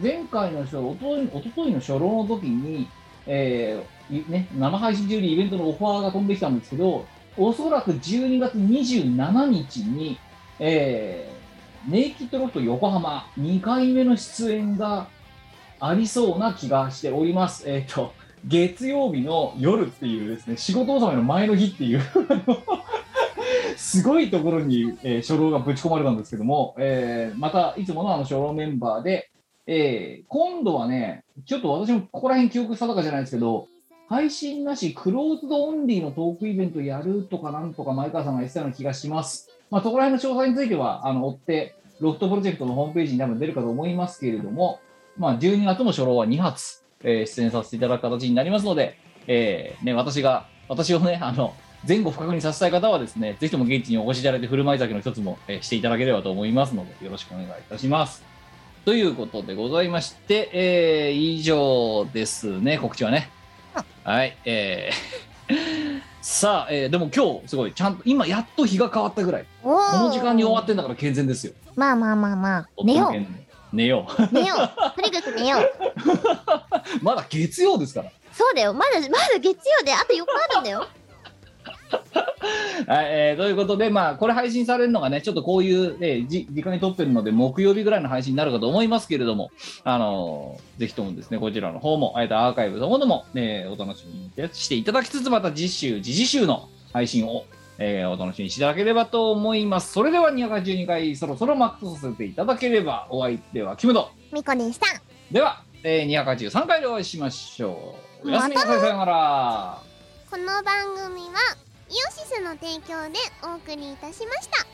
前回の初老、おとと一昨日の初老の時に、えーいね、生配信中にイベントのオファーが飛んできたんですけど、おそらく12月27日に、えーネイキッドロフト横浜2回目の出演がありそうな気がしております。えっ、と、月曜日の夜っていうですね、仕事納めの前の日っていう、 あのすごいところに、えー初老がぶち込まれたんですけども、えーまたいつものあの初老メンバーで、えー今度はね、ちょっと私もここら辺記憶定かじゃないですけど、配信なし、クローズドオンリーのトークイベントやるとかなんとか前川さんが言ってたような気がします。まあ、そこら辺の詳細については、あの、追って、ロフトプロジェクトのホームページに多分出るかと思いますけれども、まあ、12月の初老は2発、えー出演させていただく形になりますので、えーね、私が、私をね、あの、前後不覚にさせたい方はですね、ぜひとも現地にお越しいただいて、振る舞い酒の一つも、えーしていただければと思いますので、よろしくお願いいたします。ということでございまして、えー以上ですね、告知はね。はい、えー さあ、えーでも今日すごい、ちゃんと、今やっと日が変わったぐらい。おおこの時間に終わっててんだから健全ですよ。まあまあまあまあ寝よう寝よう。 寝よう。とにかく寝よう。まだ月曜ですから。そうだよ。まだ、まだ月曜で、あと4日あるんだよ。はいえーということで、まあ、これ配信されるのがね、ちょっとこういう、えーじ時間に撮ってるので、木曜日ぐらいの配信になるかと思いますけれども、あのーぜひともですね、こちらの方も、えーとアーカイブともども、えーお楽しみにしていただきつつ、また次週、次々週の配信を、えーお楽しみにしていただければと思います。それでは282回、そろそろマックスさせていただければ、お相手はキムド。みこでしたでは、えー283回でお会いしましょう。おやすみなさい、さよなら。この番組はイオシスの提供でお送りいたしました